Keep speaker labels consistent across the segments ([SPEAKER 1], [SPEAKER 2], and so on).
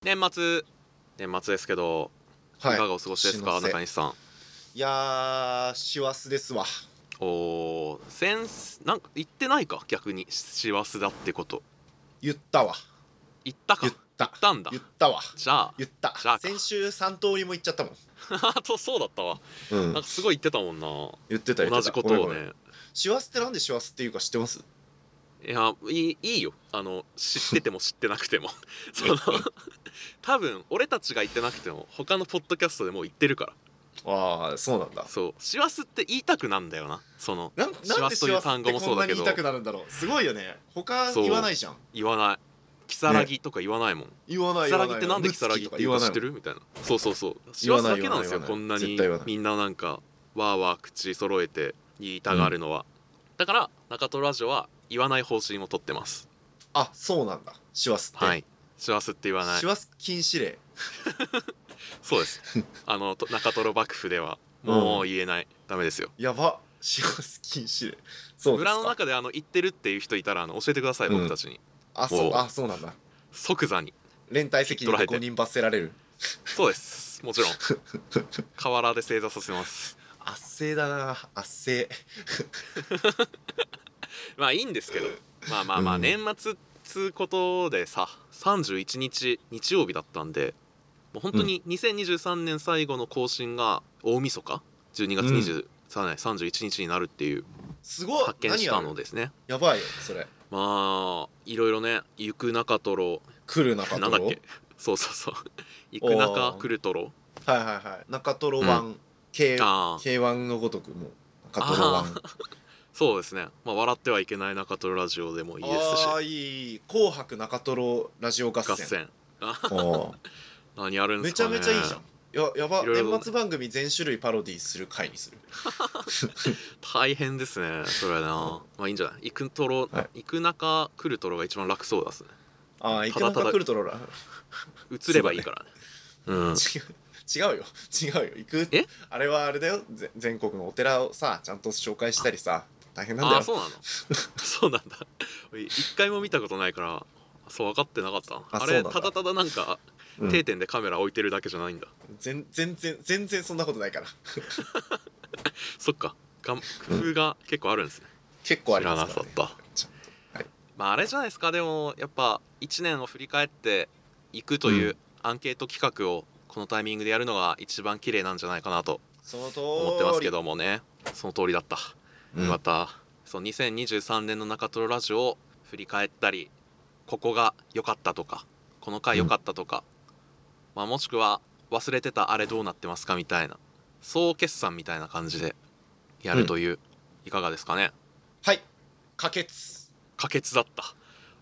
[SPEAKER 1] 年末年末ですけど、い、かがお過ごしですか
[SPEAKER 2] 年の瀬
[SPEAKER 1] 中西さん
[SPEAKER 2] いやー、師走ですわ。
[SPEAKER 1] おーセンスなんか言ってないか逆に師走だってこと
[SPEAKER 2] 言ったわ。
[SPEAKER 1] 言ったか
[SPEAKER 2] 言った。
[SPEAKER 1] 言ったんだ
[SPEAKER 2] 言ったわ。
[SPEAKER 1] じゃあ
[SPEAKER 2] 言った
[SPEAKER 1] じゃあ。か
[SPEAKER 2] 先週三通りも言っちゃったもん。
[SPEAKER 1] あ とそうだったわ
[SPEAKER 2] うん
[SPEAKER 1] なんかすごい言ってたもんな
[SPEAKER 2] 言ってた言ってた。
[SPEAKER 1] 同じこと
[SPEAKER 2] ごめん
[SPEAKER 1] を
[SPEAKER 2] ごめん。
[SPEAKER 1] ね
[SPEAKER 2] 師走ってなんで師走っていうか知ってます
[SPEAKER 1] いやいいいいよあの知ってても知ってなくて もその多分俺たちが言ってなくても他のポッドキャストでもう言ってるか
[SPEAKER 2] ああ、そうなんだ
[SPEAKER 1] ら。そう師走って言いたくなんだよなその
[SPEAKER 2] なん
[SPEAKER 1] 師
[SPEAKER 2] なんで
[SPEAKER 1] 走と
[SPEAKER 2] 師
[SPEAKER 1] いう
[SPEAKER 2] 走
[SPEAKER 1] 単
[SPEAKER 2] っ
[SPEAKER 1] 語
[SPEAKER 2] て
[SPEAKER 1] も
[SPEAKER 2] こ
[SPEAKER 1] そうんだ
[SPEAKER 2] なに
[SPEAKER 1] け
[SPEAKER 2] 言
[SPEAKER 1] ど
[SPEAKER 2] いたくなるんだろう。すごいよね。他
[SPEAKER 1] そう
[SPEAKER 2] 言わないじゃん。
[SPEAKER 1] 言わない如月とか言わないもん
[SPEAKER 2] 言わない
[SPEAKER 1] 如
[SPEAKER 2] 言
[SPEAKER 1] 月
[SPEAKER 2] わない。
[SPEAKER 1] ってなんで
[SPEAKER 2] ム
[SPEAKER 1] 如
[SPEAKER 2] ツキ
[SPEAKER 1] 月っ
[SPEAKER 2] とか
[SPEAKER 1] て言う
[SPEAKER 2] わ
[SPEAKER 1] か知
[SPEAKER 2] ない
[SPEAKER 1] ってるみたいなそうそうそう師
[SPEAKER 2] 言わ
[SPEAKER 1] 走
[SPEAKER 2] な
[SPEAKER 1] だ
[SPEAKER 2] い
[SPEAKER 1] けなんですよ
[SPEAKER 2] 言わない
[SPEAKER 1] こんな
[SPEAKER 2] 絶
[SPEAKER 1] に
[SPEAKER 2] 対言わない
[SPEAKER 1] みんななんかわーわー口揃えて言いたがるのは、だから中トロラジオは言わない方針をとってます
[SPEAKER 2] あ、そうなんだ。師走って。
[SPEAKER 1] はい師走って言わない
[SPEAKER 2] 師走禁止令。
[SPEAKER 1] そうです あのと中トロ幕府ではもう言えない、ダメですよ
[SPEAKER 2] やば。師走禁止令。そうです
[SPEAKER 1] 村
[SPEAKER 2] か。
[SPEAKER 1] の中であの言ってるっていう人いたらあの教えてください、
[SPEAKER 2] うん
[SPEAKER 1] 僕たちに
[SPEAKER 2] あ、そう、
[SPEAKER 1] もう
[SPEAKER 2] あ、そうなんだ。
[SPEAKER 1] 即座に
[SPEAKER 2] 連帯責任で5人罰せられる。
[SPEAKER 1] そうです もちろん河原で正座させます
[SPEAKER 2] 圧政だな圧政
[SPEAKER 1] まあいいんですけどまあまあまあ
[SPEAKER 2] うん
[SPEAKER 1] 年末っつうことでさ31日日曜日だったんでもう本当に2023年最後の更新が大晦日12月23年31日になるっていう
[SPEAKER 2] すごい
[SPEAKER 1] 発見した
[SPEAKER 2] 何
[SPEAKER 1] の
[SPEAKER 2] やる
[SPEAKER 1] ですね
[SPEAKER 2] やばいよそれ
[SPEAKER 1] まあいろいろね行く中トロ
[SPEAKER 2] 来る中ト
[SPEAKER 1] な
[SPEAKER 2] ロ
[SPEAKER 1] んだっけそうそう そう行く中
[SPEAKER 2] おー
[SPEAKER 1] 来るトロ
[SPEAKER 2] はいはいはい中トロ1、K
[SPEAKER 1] あー
[SPEAKER 2] K1 のごとくもう中トロ1
[SPEAKER 1] あそうですねまあ笑ってはいけない中トロラジオでもいいですし
[SPEAKER 2] あーいい紅白中トロラジオ合戦
[SPEAKER 1] 合戦
[SPEAKER 2] おー
[SPEAKER 1] 何やるんで
[SPEAKER 2] め
[SPEAKER 1] す
[SPEAKER 2] ちゃ
[SPEAKER 1] かね
[SPEAKER 2] めちゃいいじゃんややば
[SPEAKER 1] いろいろ
[SPEAKER 2] 年末番組全種類パロディする回にする
[SPEAKER 1] 大変ですねそれはなまあいいんじゃない行くトロ、
[SPEAKER 2] は
[SPEAKER 1] 行く中来るトロが一番楽そうですね
[SPEAKER 2] ああい
[SPEAKER 1] た
[SPEAKER 2] く
[SPEAKER 1] だ
[SPEAKER 2] な
[SPEAKER 1] ただ
[SPEAKER 2] か来るトロラ
[SPEAKER 1] 映ればいいからねう
[SPEAKER 2] 違う違うよ違うよ行く
[SPEAKER 1] え
[SPEAKER 2] あれはあれだよぜ全国のお寺をさちゃんと紹介したりさ大変なん
[SPEAKER 1] ん
[SPEAKER 2] だ
[SPEAKER 1] あ
[SPEAKER 2] よ
[SPEAKER 1] あ そうなのそうなんだ俺一回も見たことないからそう分かってなかった
[SPEAKER 2] あ
[SPEAKER 1] あ
[SPEAKER 2] そうな
[SPEAKER 1] れ
[SPEAKER 2] んだ
[SPEAKER 1] ただただなんか、
[SPEAKER 2] うん
[SPEAKER 1] 定点でカメラ置いてるだけじゃないんだ
[SPEAKER 2] 全全然全然そんなことないから
[SPEAKER 1] そっかがん工夫が結構あるんですね、
[SPEAKER 2] 結構あり
[SPEAKER 1] 知ら
[SPEAKER 2] ま
[SPEAKER 1] な
[SPEAKER 2] す
[SPEAKER 1] かっ
[SPEAKER 2] から、ね、
[SPEAKER 1] たまああれじゃないですかでもやっぱ1年を振り返っていくといううアンケート企画をこのタイミングでやるのが一番綺麗なんじゃないかなと
[SPEAKER 2] その通り
[SPEAKER 1] 思ってますけ、どもねその通りだった、
[SPEAKER 2] うん
[SPEAKER 1] またそう2023年の中トロラジオを振り返ったりここが良かったとかこの回良かったとか、まあ、もしくは忘れてたあれどうなってますかみたいな総決算みたいな感じでやるという、いかがですかね
[SPEAKER 2] はい可決
[SPEAKER 1] 可決だった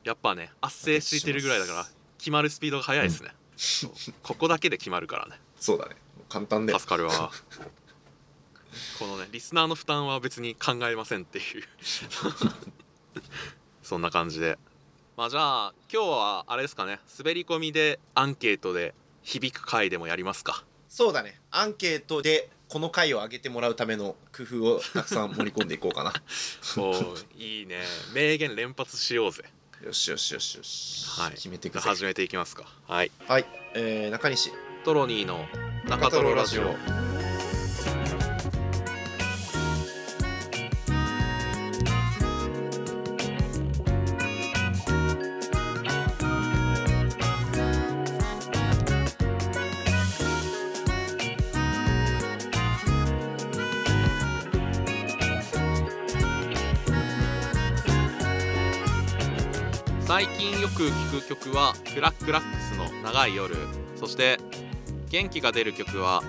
[SPEAKER 1] やっぱね圧政ついてるぐらいだから決まるスピードが速いですね、そうここだけで決まるからね
[SPEAKER 2] そうだね簡単で
[SPEAKER 1] 助かるわこのねリスナーの負担は別に考えませんっていう そんな感じでまあじゃあ今日はあれですかね滑り込みでアンケートで響く回でもやります か
[SPEAKER 2] そうだねアンケートでこの回を上げてもらうための工夫をたくさん盛り込んでいこう かな
[SPEAKER 1] おーいいね名言連発しようぜ
[SPEAKER 2] よしよしよしよし、
[SPEAKER 1] はい
[SPEAKER 2] 決めてい
[SPEAKER 1] じゃ
[SPEAKER 2] く
[SPEAKER 1] あ
[SPEAKER 2] ぜ
[SPEAKER 1] 始めていきますかはい
[SPEAKER 2] はい、えー、中西
[SPEAKER 1] トロニーの中トロラジオ最近よく聴く曲はクラックラックスの「長い夜」そして元気が出る曲は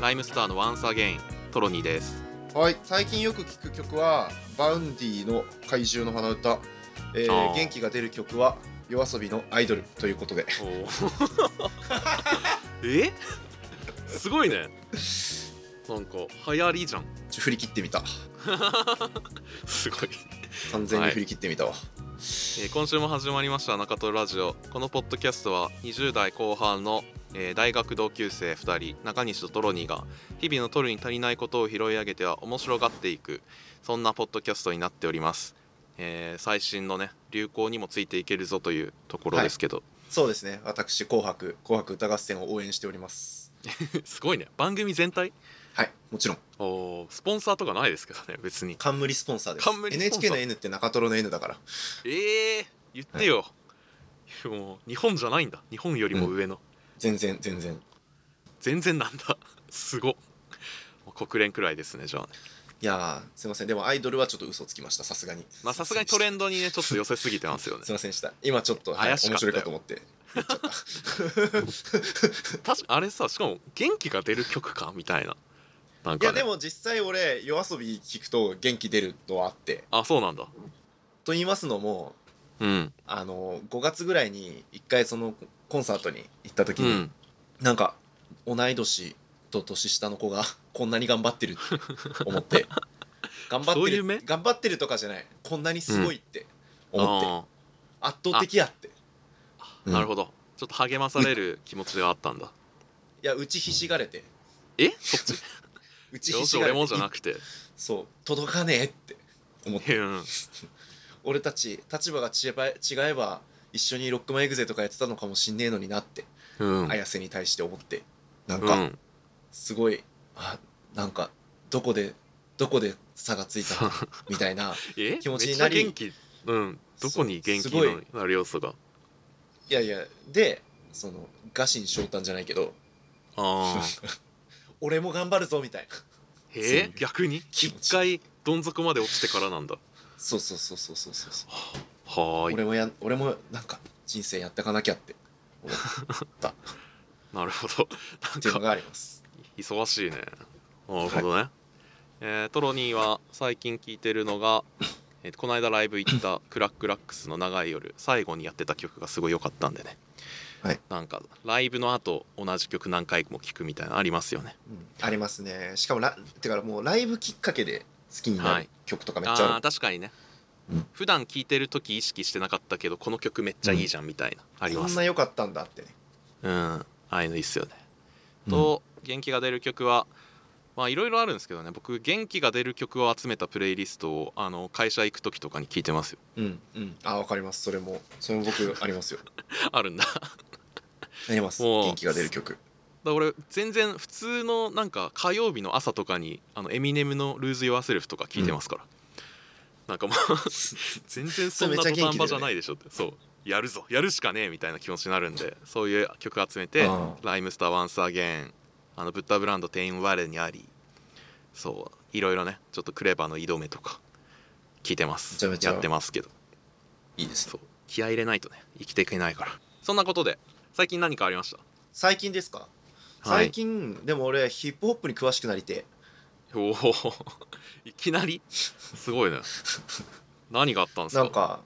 [SPEAKER 1] ライムスターの「ワンサゲイントロニーです
[SPEAKER 2] はい最近よく聴く曲はバウンディの怪獣の花歌、え
[SPEAKER 1] あ
[SPEAKER 2] ー、
[SPEAKER 1] ー
[SPEAKER 2] 元気が出る曲は夜遊びのアイドルということで
[SPEAKER 1] えすごいねなんか流行りじゃん
[SPEAKER 2] ちょ振り切ってみた
[SPEAKER 1] すごい、
[SPEAKER 2] 完全
[SPEAKER 1] は
[SPEAKER 2] に
[SPEAKER 1] い
[SPEAKER 2] 振り切ってみたわ、
[SPEAKER 1] えー今週も始まりました「中トロラジオ」このポッドキャストは20代後半の、えー大学同級生2人中西とトロニーが日々のトルに足りないことを拾い上げては面白がっていくそんなポッドキャストになっております、えー最新のね流行にもついていけるぞというところですけど、
[SPEAKER 2] そうですね私「紅白」「紅白歌合戦」を応援しております
[SPEAKER 1] すごいね 番組全体
[SPEAKER 2] はいもちろん
[SPEAKER 1] おースポンサーとかないですけどね別に
[SPEAKER 2] 冠スポンサーです
[SPEAKER 1] 冠スポンサー
[SPEAKER 2] NHK の N って中トロの N だから
[SPEAKER 1] えー、言ってよ、もう日本じゃないんだ日本よりも上の、
[SPEAKER 2] 全然全然
[SPEAKER 1] 全然なんだすごっもう国連くらいですねじゃあね
[SPEAKER 2] いやーすいませんでもアイドルはちょっと嘘つきましたさすがに
[SPEAKER 1] まあさすがにトレンドにねちょっと寄せすぎてますよね
[SPEAKER 2] すいませんでした今ちょっと、はい、面
[SPEAKER 1] 怪しかった
[SPEAKER 2] 白
[SPEAKER 1] よ
[SPEAKER 2] いかと思って言っちゃった
[SPEAKER 1] 確かあれさしかも元気が出る曲かみたいななん
[SPEAKER 2] い
[SPEAKER 1] か、
[SPEAKER 2] や
[SPEAKER 1] ね、
[SPEAKER 2] でも実際俺夜遊び聞くと元気出るのはあって
[SPEAKER 1] あそうなんだ
[SPEAKER 2] と言いますのも
[SPEAKER 1] うん
[SPEAKER 2] あの5月ぐらいに一回そのコンサートに行った時
[SPEAKER 1] う
[SPEAKER 2] に、
[SPEAKER 1] ん
[SPEAKER 2] なんか同い年と年下の子がこんなに頑張ってるって思って 頑張っ
[SPEAKER 1] そう
[SPEAKER 2] て
[SPEAKER 1] いう
[SPEAKER 2] る
[SPEAKER 1] 目
[SPEAKER 2] 頑張ってるとかじゃないこんなにすごいって思って、
[SPEAKER 1] あ
[SPEAKER 2] 圧倒的やって
[SPEAKER 1] ーなるほどちょっと励まされる気持ちではあったんだ
[SPEAKER 2] いや打ちひしがれて
[SPEAKER 1] えそっち
[SPEAKER 2] 打ち
[SPEAKER 1] よ
[SPEAKER 2] ひ
[SPEAKER 1] し
[SPEAKER 2] しが
[SPEAKER 1] 俺
[SPEAKER 2] れて
[SPEAKER 1] もじゃなくて
[SPEAKER 2] そう届かねえって思って
[SPEAKER 1] うん
[SPEAKER 2] 俺たち立場が違えば違えば一緒にロックマンエグゼとかやってたのかもしんねえのになって、
[SPEAKER 1] うん
[SPEAKER 2] 綾瀬に対して思ってなん
[SPEAKER 1] う
[SPEAKER 2] か
[SPEAKER 1] ん
[SPEAKER 2] すごい、あなんかどこでどこで差がついたのみたいな
[SPEAKER 1] え
[SPEAKER 2] 気持ちにな
[SPEAKER 1] め
[SPEAKER 2] り
[SPEAKER 1] っちゃ元気うんどこに元気
[SPEAKER 2] そうすご
[SPEAKER 1] のなる要素が
[SPEAKER 2] いやいやでその臥薪嘗胆じゃないけど
[SPEAKER 1] ああ
[SPEAKER 2] 俺も頑張るぞみたいなそうい
[SPEAKER 1] へえ
[SPEAKER 2] う
[SPEAKER 1] 逆に
[SPEAKER 2] 気持ち
[SPEAKER 1] 一回どん底まで落ちてからなんだ
[SPEAKER 2] そうそうそうそうそうそうそう
[SPEAKER 1] はーい
[SPEAKER 2] 俺もや俺もなんか人生やってかなきゃって思ったっ
[SPEAKER 1] なるほど
[SPEAKER 2] ていう
[SPEAKER 1] な
[SPEAKER 2] の
[SPEAKER 1] んか
[SPEAKER 2] があります
[SPEAKER 1] 忙しいねなるほどね、えートロニーは最近聴いてるの が、えー、この間ライブ行った「クラックラックスの長い夜」最後にやってた曲がすごい良かったんでね、
[SPEAKER 2] はい
[SPEAKER 1] なんかライブの後同じ曲何回も聴くみたいなのありますよね
[SPEAKER 2] うんありますねしかもラてかもうライブきっかけで好きにな
[SPEAKER 1] は
[SPEAKER 2] る
[SPEAKER 1] い
[SPEAKER 2] 曲とかめっちゃある、
[SPEAKER 1] あー確かにね、
[SPEAKER 2] うん
[SPEAKER 1] 普段聴いてる時意識してなかったけどこの曲めっちゃいいじゃんみたいな、あり
[SPEAKER 2] こ
[SPEAKER 1] ま
[SPEAKER 2] ん
[SPEAKER 1] す
[SPEAKER 2] な良かったんだってね
[SPEAKER 1] うんああいうのいいっすよねと、元気が出る曲はまあいろいろあるんですけどね僕元気が出る曲を集めたプレイリストをあの会社行く時とかに聞いてますよ
[SPEAKER 2] うんうんあわかりますそれもそれも僕 ありますよ
[SPEAKER 1] あるんだだか
[SPEAKER 2] あります
[SPEAKER 1] おう
[SPEAKER 2] 元気が出る曲
[SPEAKER 1] ら俺全然普通のなんか火曜日の朝とかにあのエミネムの「ルーズ・ヨアセルフ」とか聞いてますから、なん かもう全然そんな
[SPEAKER 2] それ
[SPEAKER 1] 土
[SPEAKER 2] めっちゃ元気だよ
[SPEAKER 1] 壇
[SPEAKER 2] ね
[SPEAKER 1] 場じゃないでしょってそうやるぞやるしかねえみたいな気持ちになるんでそういう曲集めて
[SPEAKER 2] あ
[SPEAKER 1] ライムスターワンスアゲンあのブッダブランド店員我にありそういろいろねちょっとクレバーの井戸目とか聞いてます
[SPEAKER 2] めちゃめちゃ
[SPEAKER 1] やってますけど
[SPEAKER 2] いいです
[SPEAKER 1] そう気合い入れないとね生きていけないからそんなことで最近何かありました
[SPEAKER 2] 最近ですか、
[SPEAKER 1] はい
[SPEAKER 2] 最近でも俺ヒップホップに詳しくなりて
[SPEAKER 1] おお いきなりすごいね何があったんですか
[SPEAKER 2] なんか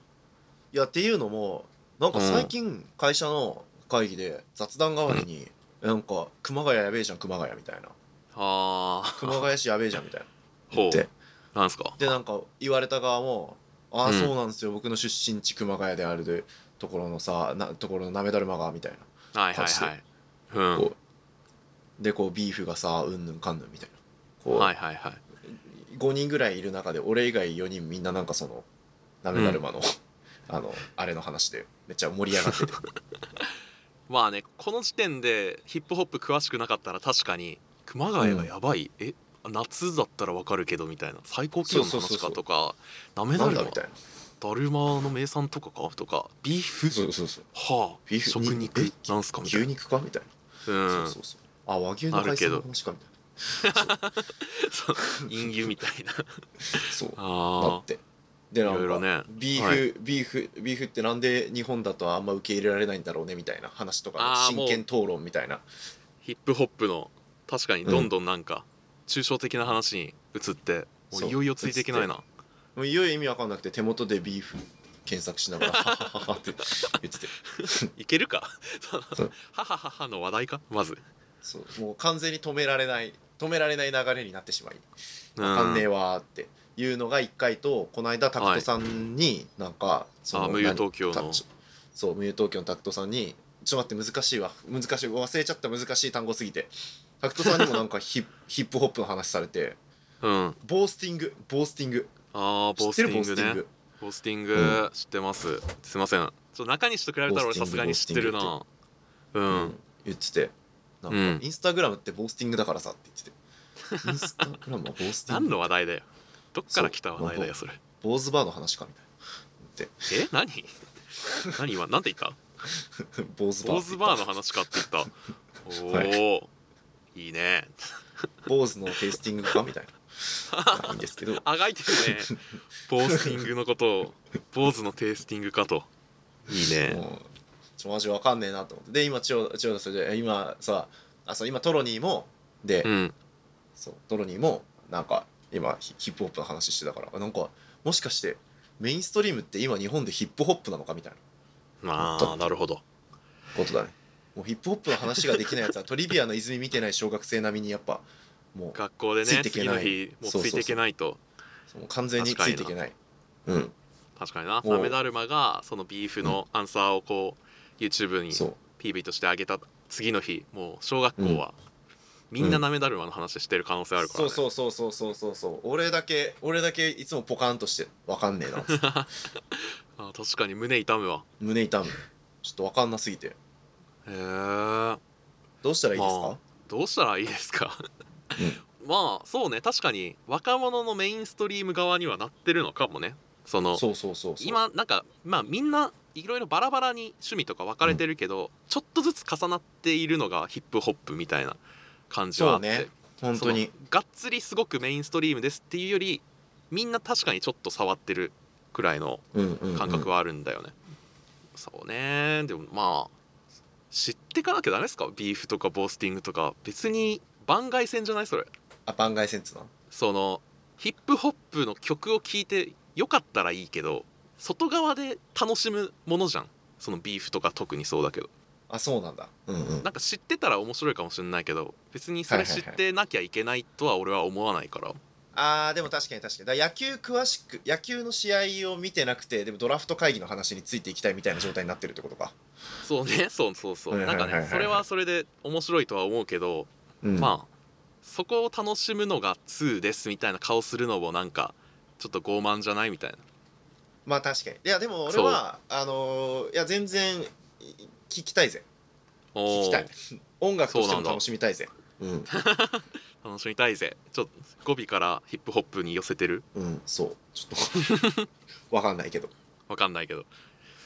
[SPEAKER 2] いやっていうのもなんか最近会社の会議で雑談代わりに、なんか熊谷やべえじゃん熊谷みたいな
[SPEAKER 1] ああ
[SPEAKER 2] 熊谷市やべえじゃんみたいな
[SPEAKER 1] ほ
[SPEAKER 2] 言って
[SPEAKER 1] うなんですか
[SPEAKER 2] でなんか言われた側も「
[SPEAKER 1] う
[SPEAKER 2] ああ
[SPEAKER 1] ん
[SPEAKER 2] そうなんですよ、僕の出身地熊谷であるところのさなところのなめだるまが」みたいな
[SPEAKER 1] はいはいはいうん
[SPEAKER 2] こでこうビーフがさうんぬんかんぬんみたいなこう、
[SPEAKER 1] はいはいはい
[SPEAKER 2] 5人ぐらいいる中で俺以外4人みんななんかそのなめだるまの、 あのあれの話でめっちゃ盛り上 がってて
[SPEAKER 1] まあねこの時点でヒップホップ詳しくなかったら確かに熊谷がやばい、え夏だったらわかるけどみたいな最高気温の
[SPEAKER 2] そうそ
[SPEAKER 1] 話
[SPEAKER 2] うそうそ
[SPEAKER 1] か
[SPEAKER 2] う
[SPEAKER 1] とかなめだ
[SPEAKER 2] なん
[SPEAKER 1] る
[SPEAKER 2] だ
[SPEAKER 1] ま
[SPEAKER 2] みたいな
[SPEAKER 1] だるまの名産とかかとかビーフ
[SPEAKER 2] そうそうそう
[SPEAKER 1] はあ
[SPEAKER 2] ビーフ
[SPEAKER 1] 食
[SPEAKER 2] に
[SPEAKER 1] 肉
[SPEAKER 2] え
[SPEAKER 1] なんすかみたい
[SPEAKER 2] 牛
[SPEAKER 1] な、
[SPEAKER 2] 肉かみたいな、
[SPEAKER 1] うん、
[SPEAKER 2] そうそうそうあ和牛の海鮮の話かみたい
[SPEAKER 1] 陰湯みたいな
[SPEAKER 2] なそうだ
[SPEAKER 1] あ
[SPEAKER 2] ってでなん
[SPEAKER 1] いろいろ
[SPEAKER 2] か、
[SPEAKER 1] ね
[SPEAKER 2] ビーフ、
[SPEAKER 1] は
[SPEAKER 2] ビーフビーフってなんで日本だとあんま受け入れられないんだろうねみたいな話とか
[SPEAKER 1] あーも
[SPEAKER 2] 真
[SPEAKER 1] う
[SPEAKER 2] 剣討論みたいな
[SPEAKER 1] あヒップホップの確かにどんどんなんか抽象的な話に移って、もう
[SPEAKER 2] そう
[SPEAKER 1] いよいよついていけないな
[SPEAKER 2] もういよいよ意味わかんなくて手元でビーフ検索し ながら「はははは」って言ってて
[SPEAKER 1] いけるか
[SPEAKER 2] そう
[SPEAKER 1] ははははの話題かま ず
[SPEAKER 2] そうもう完全に止められない止められない流れになってしまい「わかんねえ
[SPEAKER 1] あ
[SPEAKER 2] わ」っていうのが1回とこの間タクトさんになんか、その
[SPEAKER 1] 無友東京
[SPEAKER 2] 何
[SPEAKER 1] の
[SPEAKER 2] タそう無友東京のタクトさんに「ちょっと待って難しいわ難しい忘れちゃった難しい単語すぎて」タクトさんにもなんかヒヒップ ホップの話されて
[SPEAKER 1] うん
[SPEAKER 2] 「ボースティングボースティング」
[SPEAKER 1] ああボースティン
[SPEAKER 2] 知
[SPEAKER 1] グ
[SPEAKER 2] ってる
[SPEAKER 1] ねボースティング、知ってますすいませんちょ中西と比べたら俺さすがに知ってる
[SPEAKER 2] ゴ
[SPEAKER 1] なうん、
[SPEAKER 2] 言っててなんか、
[SPEAKER 1] うん
[SPEAKER 2] インスタグラムってボースティングだからさって言っててインスタグラムはボースティン
[SPEAKER 1] 何
[SPEAKER 2] グ
[SPEAKER 1] の話題だよどっから来た話題だよそれ
[SPEAKER 2] ボーズバーの話かみたい
[SPEAKER 1] え何何今なんて言った
[SPEAKER 2] な ボーズバー
[SPEAKER 1] 坊
[SPEAKER 2] っ
[SPEAKER 1] 主
[SPEAKER 2] て言った
[SPEAKER 1] バーの話かって言 ったおお、い、いね
[SPEAKER 2] 坊主のテイスティングかみたいな まあいいんですけど
[SPEAKER 1] あがいてる ねボースティングのことを坊主のテイスティングかといいね
[SPEAKER 2] もうちょマジわかんねえなと思ってで今千代千代田さんで今さあそう今トロニーもで、
[SPEAKER 1] うん
[SPEAKER 2] そうトロニーもなんか今ヒヒップホップの話してたからあなんかもしかしてメインストリームって今日本でヒップホップなのかみたいな
[SPEAKER 1] まあなるほど
[SPEAKER 2] こ とだねもうヒップホップの話ができないやつはトリビアの泉見てない小学生並みにやっぱもう
[SPEAKER 1] 学校で
[SPEAKER 2] つい
[SPEAKER 1] ね
[SPEAKER 2] てけ
[SPEAKER 1] 次
[SPEAKER 2] な
[SPEAKER 1] の
[SPEAKER 2] い
[SPEAKER 1] 日もう
[SPEAKER 2] そうそう
[SPEAKER 1] つ
[SPEAKER 2] そう
[SPEAKER 1] いていけないと
[SPEAKER 2] その完全についていけないうん
[SPEAKER 1] 確かにな
[SPEAKER 2] もう
[SPEAKER 1] サメダルマがそのビーフのアンサーをこう YouTube に
[SPEAKER 2] そう
[SPEAKER 1] PV として上げた次の日もう小学校はみんなナメダルマの話してる可能性あるから
[SPEAKER 2] そ
[SPEAKER 1] ね
[SPEAKER 2] うそうそうそうそうそうそう俺だけ俺だけいつもポカンとしてわかんねえなっつって
[SPEAKER 1] あ確かに胸痛むわ
[SPEAKER 2] 胸痛むちょっとわかんなすぎて
[SPEAKER 1] へえ
[SPEAKER 2] どうしたらいいですか、
[SPEAKER 1] まどうしたらいいですかまあそうね確かに若者のメインストリーム側にはなってるのかもねその
[SPEAKER 2] そうそうそうそう
[SPEAKER 1] 今なんかまあみんないろいろバラバラに趣味とか分かれてるけど、ちょっとずつ重なっているのがヒップホップみたいな感じはあって
[SPEAKER 2] そうね本当に
[SPEAKER 1] そのがっつりすごくメインストリームですっていうよりみんな確かにちょっと触ってるくらいの感
[SPEAKER 2] 感
[SPEAKER 1] 覚
[SPEAKER 2] は
[SPEAKER 1] はあるんだよね、そうねでもまあ知ってかなきゃダメですかビーフとかボースティングとか別に番外戦じゃないそれ
[SPEAKER 2] あ番外線っつうの
[SPEAKER 1] そのヒップホップの曲を聴いてよかったらいいけど外側で楽しむものじゃんそのビーフとか特にそうだけど
[SPEAKER 2] あそうなんだうんうん
[SPEAKER 1] なんか知ってたら面白いかもしれないけど別にそれ知ってなきゃいけないとは俺は思わないから、
[SPEAKER 2] あーでも確かに確かにだから野球詳しく野球の試合を見てなくてでもドラフト会議の話についていきたいみたいな状態になってるってことか
[SPEAKER 1] そうねそうそうそう
[SPEAKER 2] はい
[SPEAKER 1] な
[SPEAKER 2] は
[SPEAKER 1] いん
[SPEAKER 2] は
[SPEAKER 1] か
[SPEAKER 2] いはい
[SPEAKER 1] ねそれはそれで面白いとは思うけど、
[SPEAKER 2] ま
[SPEAKER 1] まあそこを楽しむのが2ですみたいな顔するのもなんかちょっと傲慢じゃないみたいな
[SPEAKER 2] あまあ確かにいやでも俺はあのーいや全然い聞きたいぜ
[SPEAKER 1] おー
[SPEAKER 2] 聞きたい音楽と し
[SPEAKER 1] そう
[SPEAKER 2] て
[SPEAKER 1] な
[SPEAKER 2] も
[SPEAKER 1] んだ
[SPEAKER 2] 楽しみたいぜうん
[SPEAKER 1] 楽しみたいぜちょっと語尾からヒップホップに寄せてる
[SPEAKER 2] うんそうちょっとわかんないけど
[SPEAKER 1] わかんないけど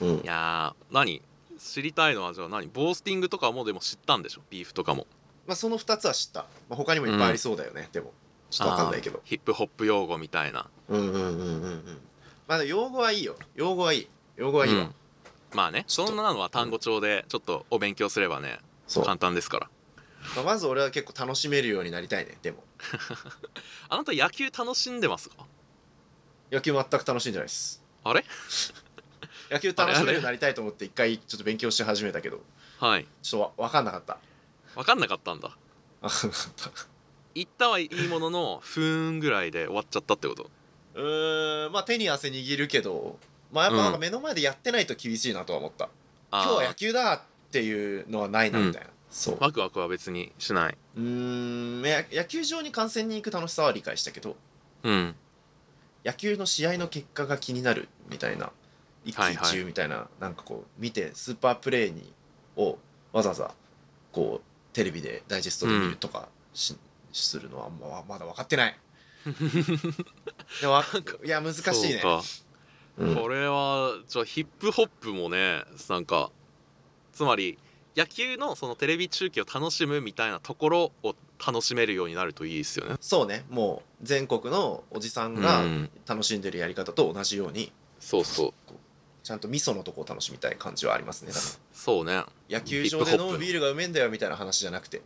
[SPEAKER 2] うん
[SPEAKER 1] いやー何知りたいのはじゃあ何ボースティングとかもでも知ったんでしょビーフとかも
[SPEAKER 2] まあその2つは知ったまあ他にもいっぱいありそうだよねでもちょっとわかんないけど
[SPEAKER 1] あーヒップホップ用語みたいな
[SPEAKER 2] うんうんうんうんうんまあでも用語はいいよ用語はいい用語はいいわ、
[SPEAKER 1] うんまあね
[SPEAKER 2] ちょっ
[SPEAKER 1] そ
[SPEAKER 2] と
[SPEAKER 1] んなのは単語帳でちょっとお勉強すればね
[SPEAKER 2] そう
[SPEAKER 1] 簡単ですから
[SPEAKER 2] まあまず俺は結構楽しめるようになりたいねでも
[SPEAKER 1] あなた野球楽しんでますか
[SPEAKER 2] 野球全く楽しいんじゃないです
[SPEAKER 1] あれ
[SPEAKER 2] 野球楽しめるようになりたいと思って一回ちょっと勉強して始めたけど
[SPEAKER 1] はい
[SPEAKER 2] ちょっとわ分かんなかった
[SPEAKER 1] 分かんなかったんだ
[SPEAKER 2] 分かんなかった
[SPEAKER 1] 言ったはいいもののふーんぐらいで終わっちゃったってこと
[SPEAKER 2] うーんまあ手に汗握るけどまあやっぱなんか目の前でやってないと厳しいなとは思った、
[SPEAKER 1] あー
[SPEAKER 2] 今日は野球だっていうのはないなみたいな、そう
[SPEAKER 1] ワクワクは別にしないう
[SPEAKER 2] ーんや野球場に観戦に行く楽しさは理解したけど
[SPEAKER 1] うん
[SPEAKER 2] 野球の試合の結果が気になるみたいな一喜一憂みたいな、なんかこう見てスーパープレーにをわざわざこうテレビでダイジェストで見るとかし、するのはあんままだ分かってないで もわいや難しいね
[SPEAKER 1] そうか
[SPEAKER 2] うん
[SPEAKER 1] これはじゃあヒップホップもねなんかつまり野球のそのテレビ中継を楽しむみたいなところを楽しめるようになるといいですよね。
[SPEAKER 2] そうねもう全国のおじさんが
[SPEAKER 1] うん
[SPEAKER 2] 楽しんでるやり方と同じように
[SPEAKER 1] そうそう
[SPEAKER 2] ちゃんと味噌のとこを楽しみたい感じはありますねだか
[SPEAKER 1] そうね
[SPEAKER 2] ら野球場で
[SPEAKER 1] ヒ
[SPEAKER 2] 飲
[SPEAKER 1] ップホッ
[SPEAKER 2] む
[SPEAKER 1] プ
[SPEAKER 2] ビールがうめえんだよみたいな話じゃなくて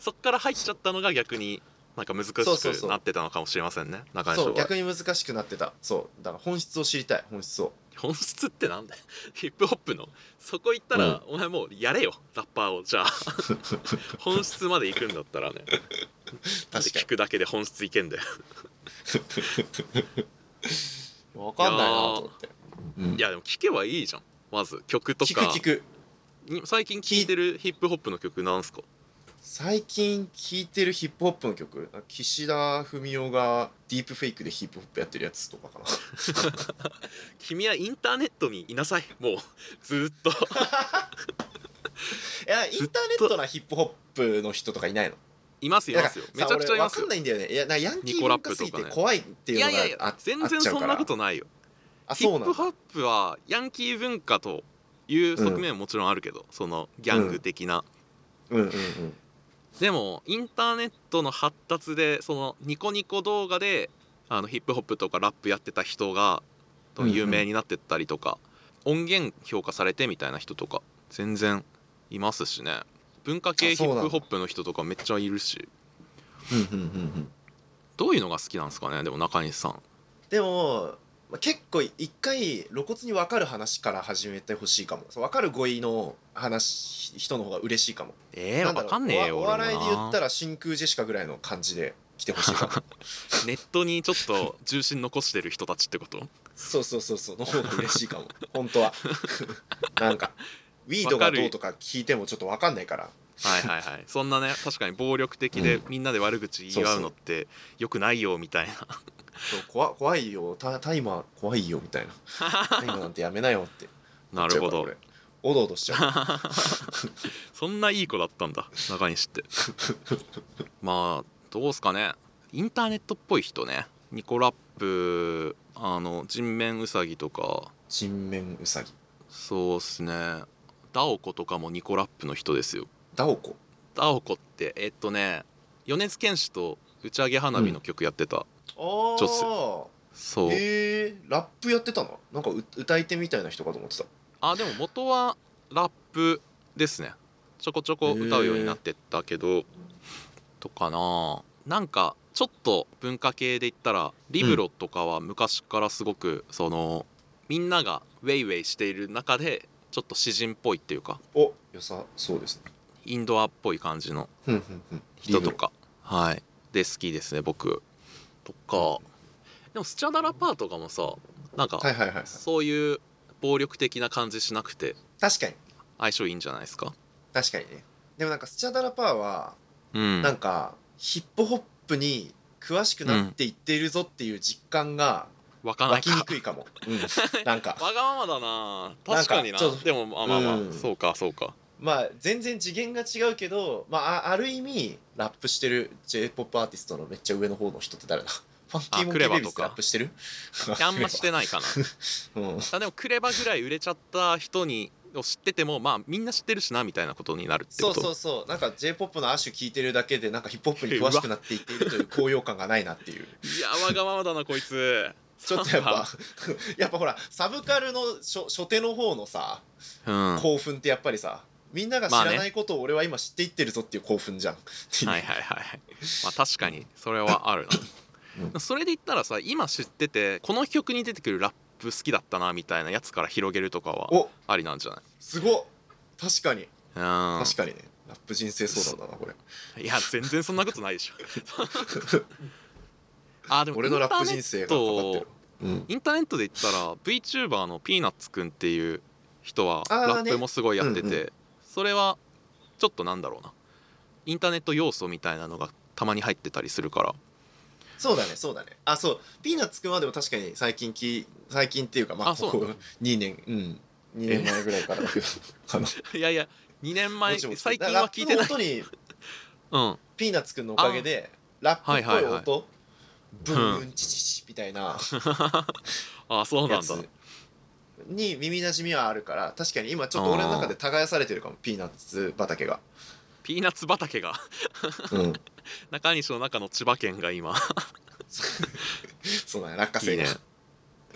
[SPEAKER 1] そっから入っちゃったのが逆になんか難し
[SPEAKER 2] そうそうそ
[SPEAKER 1] く
[SPEAKER 2] う
[SPEAKER 1] なってたのかもしれませんね中西
[SPEAKER 2] そう
[SPEAKER 1] は
[SPEAKER 2] 逆に難しくなってたそうだから本質を知りたい本質を
[SPEAKER 1] 本質ってなんだよヒップホップのそこ行ったら、お前もうやれよラッパーをじゃあ 本質まで行くんだったらねなんで
[SPEAKER 2] 確か
[SPEAKER 1] 聞くだけで本質いけんだよ
[SPEAKER 2] に分かんないなと思って、うん
[SPEAKER 1] いやでも聞けばいいじゃんまず曲とか
[SPEAKER 2] 聞く聞く
[SPEAKER 1] に最近聴いてるヒップホップの曲なんすか
[SPEAKER 2] 最近聴いてるヒップホップの曲岸田文雄がディープフェイクでヒップホップやってるやつとかかな
[SPEAKER 1] 君はインターネットにいなさいもうずーっと
[SPEAKER 2] いやインターネットなヒップホップの人とかいないの
[SPEAKER 1] いますよい
[SPEAKER 2] だか
[SPEAKER 1] ま
[SPEAKER 2] ら
[SPEAKER 1] すよ
[SPEAKER 2] さ
[SPEAKER 1] めちゃくちゃい
[SPEAKER 2] 俺
[SPEAKER 1] ま
[SPEAKER 2] わ
[SPEAKER 1] す
[SPEAKER 2] かん
[SPEAKER 1] よ
[SPEAKER 2] ないんだよねいやなヤンキ
[SPEAKER 1] ニ
[SPEAKER 2] ー
[SPEAKER 1] コラッ
[SPEAKER 2] 文
[SPEAKER 1] プ
[SPEAKER 2] 化すぎ
[SPEAKER 1] と
[SPEAKER 2] て
[SPEAKER 1] かね
[SPEAKER 2] 怖いって
[SPEAKER 1] い
[SPEAKER 2] いう
[SPEAKER 1] や
[SPEAKER 2] の
[SPEAKER 1] い
[SPEAKER 2] があ
[SPEAKER 1] やいや全
[SPEAKER 2] あっ
[SPEAKER 1] 然
[SPEAKER 2] ちゃう
[SPEAKER 1] そ
[SPEAKER 2] か
[SPEAKER 1] ん
[SPEAKER 2] ら
[SPEAKER 1] なことないよ
[SPEAKER 2] あ
[SPEAKER 1] ヒ
[SPEAKER 2] そう
[SPEAKER 1] ッ
[SPEAKER 2] な
[SPEAKER 1] プ
[SPEAKER 2] の
[SPEAKER 1] ホップはヤンキー文化という側面ももちろんあるけど、そのギャング的な、
[SPEAKER 2] うんうんうん
[SPEAKER 1] でもインターネットの発達でそのニコニコ動画であのヒップホップとかラップやってた人が
[SPEAKER 2] うんうん
[SPEAKER 1] 有名になってったりとか、音源評価されてみたいな人とか全然いますしね文化系
[SPEAKER 2] あ
[SPEAKER 1] ヒ
[SPEAKER 2] そうなん
[SPEAKER 1] ッ
[SPEAKER 2] だ
[SPEAKER 1] プホップの人とかめっちゃいるし
[SPEAKER 2] うんうんうんうん
[SPEAKER 1] どういうのが好きなんですかねでも中西さん
[SPEAKER 2] でも、まあ、結構一回露骨に分かる話から始めてほしいかもそう分かる語彙の話ひ人の方が嬉しいかも
[SPEAKER 1] ええ
[SPEAKER 2] な
[SPEAKER 1] ー、
[SPEAKER 2] ん
[SPEAKER 1] わ
[SPEAKER 2] だろう
[SPEAKER 1] かんねえよ俺
[SPEAKER 2] おお
[SPEAKER 1] も
[SPEAKER 2] 笑いで言った
[SPEAKER 1] な
[SPEAKER 2] ら真空ジェシカぐらいの感じで来てほし いかも
[SPEAKER 1] ネットにちょっと重心残してる人たちってこと
[SPEAKER 2] そうそうそうそうの方が嬉しいかも本当は なんかウィードがどうとか聞いてもちょっと分かんないから
[SPEAKER 1] はいはいはいそんなね確かに暴力的でみんなで悪口言い合うのってよくないよみたいな
[SPEAKER 2] そう怖怖いよタタイマー怖いよみた いなタイマーなんてやめなよって
[SPEAKER 1] なるほ
[SPEAKER 2] ちょっと
[SPEAKER 1] ど
[SPEAKER 2] 俺おどおどしちゃう
[SPEAKER 1] そんないい子だったんだ中西ってまあどうすかねインターネットっぽい人ねニコラップあの人面ウサギとか
[SPEAKER 2] 人面うさぎ
[SPEAKER 1] そうっすねダオコとかもニコラップの人ですよ
[SPEAKER 2] ダオコ
[SPEAKER 1] ダオコってえっとね米津玄師と打ち上げ花火の曲やってた、
[SPEAKER 2] あ
[SPEAKER 1] ち
[SPEAKER 2] あ
[SPEAKER 1] そう
[SPEAKER 2] へえラップやってたのなんかう歌い手みたいな人かと思ってた
[SPEAKER 1] あでも元はラップですねちょこちょこ歌うようになってったけど、とかななんかちょっと文化系で言ったらリブロとかは昔からすごくそのみんながウェイウェイしている中でちょっと詩人っぽいっていうか
[SPEAKER 2] お良さそうですね
[SPEAKER 1] インドアっぽい感じの
[SPEAKER 2] ふんふんふん
[SPEAKER 1] 人とかはいで好きですね僕とかでもスチャダラパーとかもさなんか
[SPEAKER 2] はいはいはいはい
[SPEAKER 1] そういう暴力的な感じしなくて
[SPEAKER 2] 確かに
[SPEAKER 1] 相性いいんじゃないですか
[SPEAKER 2] 確かにねでもなんかスチャダラパーは
[SPEAKER 1] うん
[SPEAKER 2] なんかヒップホップに詳しくなっていっているぞっていう実感が
[SPEAKER 1] わかんな
[SPEAKER 2] 湧
[SPEAKER 1] い
[SPEAKER 2] きに
[SPEAKER 1] か。
[SPEAKER 2] くいかも、 うん、なんか
[SPEAKER 1] わがままだな。
[SPEAKER 2] なんか
[SPEAKER 1] 確かにな。
[SPEAKER 2] ちょっと
[SPEAKER 1] でも、まあまあまあ、
[SPEAKER 2] うん
[SPEAKER 1] そうか、そうか。
[SPEAKER 2] まあ全然次元が違うけど、まあ、あある意味ラップしてる j p o p アーティストのめっちゃ上の方の人って誰だ ファンキーモンキーベイビーズってラップしてる
[SPEAKER 1] いやあんまして
[SPEAKER 2] い、
[SPEAKER 1] ないかな。
[SPEAKER 2] うん、
[SPEAKER 1] あでも、クレバぐらい売れちゃった人に、を知ってても、まあ、みんな知ってるしなみたいなことになるって
[SPEAKER 2] そ
[SPEAKER 1] こ
[SPEAKER 2] う
[SPEAKER 1] と。
[SPEAKER 2] そうそうなんか j p o p の亜種聞いてるだけでなんかヒップホ ップに詳しくなっていっているという高揚感がないなっていう
[SPEAKER 1] いや、わがままだな、こいつ。
[SPEAKER 2] ちょっとやっ
[SPEAKER 1] なん
[SPEAKER 2] ぱ
[SPEAKER 1] か
[SPEAKER 2] やっぱほらサブカルの初初手の方のさ
[SPEAKER 1] うん。はい
[SPEAKER 2] 興奮ってやっぱりさみんなが知
[SPEAKER 1] まあ
[SPEAKER 2] ら
[SPEAKER 1] ね
[SPEAKER 2] ないことを俺は今知っていってるぞっていう興奮じゃんっていう、
[SPEAKER 1] はいはいはい。まあ、確かに、それはある
[SPEAKER 2] う
[SPEAKER 1] な。それで言ったらさ、今知ってて、この曲に出てくるラップ好きだったなみたいなやつから広げるとかは
[SPEAKER 2] お
[SPEAKER 1] ありなんじゃない
[SPEAKER 2] すごっ確かに
[SPEAKER 1] うん
[SPEAKER 2] 確かにねラップ人生相談だなこれ
[SPEAKER 1] いや全然そんなことないでしょ あでも
[SPEAKER 2] 俺のラップ人生がかかってる、うん、
[SPEAKER 1] インターネットで言ったら VTuber のピーナッツくんっていう人は
[SPEAKER 2] あーね
[SPEAKER 1] ラップもすごいやってて、
[SPEAKER 2] うんう
[SPEAKER 1] それはちょっとなんだろうなインターネット要素みたいなのがたまに入ってたりするから
[SPEAKER 2] そうだねそうだねあそうピーナッツくんはでも確かに最近き最近っていうかまあ
[SPEAKER 1] あそう
[SPEAKER 2] こ
[SPEAKER 1] なの
[SPEAKER 2] こ2年うん2年前ぐらいからだけど あの
[SPEAKER 1] いやいや2年前
[SPEAKER 2] もちもち
[SPEAKER 1] 最近は聞いてな
[SPEAKER 2] ラ
[SPEAKER 1] い
[SPEAKER 2] ップの音に
[SPEAKER 1] うん
[SPEAKER 2] ピーナッツくんのおかげでラップっぽい音、
[SPEAKER 1] はいはいはい
[SPEAKER 2] ブーンチチチみたいな
[SPEAKER 1] あそうな
[SPEAKER 2] や
[SPEAKER 1] んだ
[SPEAKER 2] つに耳なじみはあるから確かに今ちょっと俺の中で耕されてるかもピーナッツ 畑が、
[SPEAKER 1] ピーナッツ畑が
[SPEAKER 2] うん、
[SPEAKER 1] 中西の中の千葉県が今
[SPEAKER 2] そうだね落花
[SPEAKER 1] いい
[SPEAKER 2] 生が
[SPEAKER 1] ね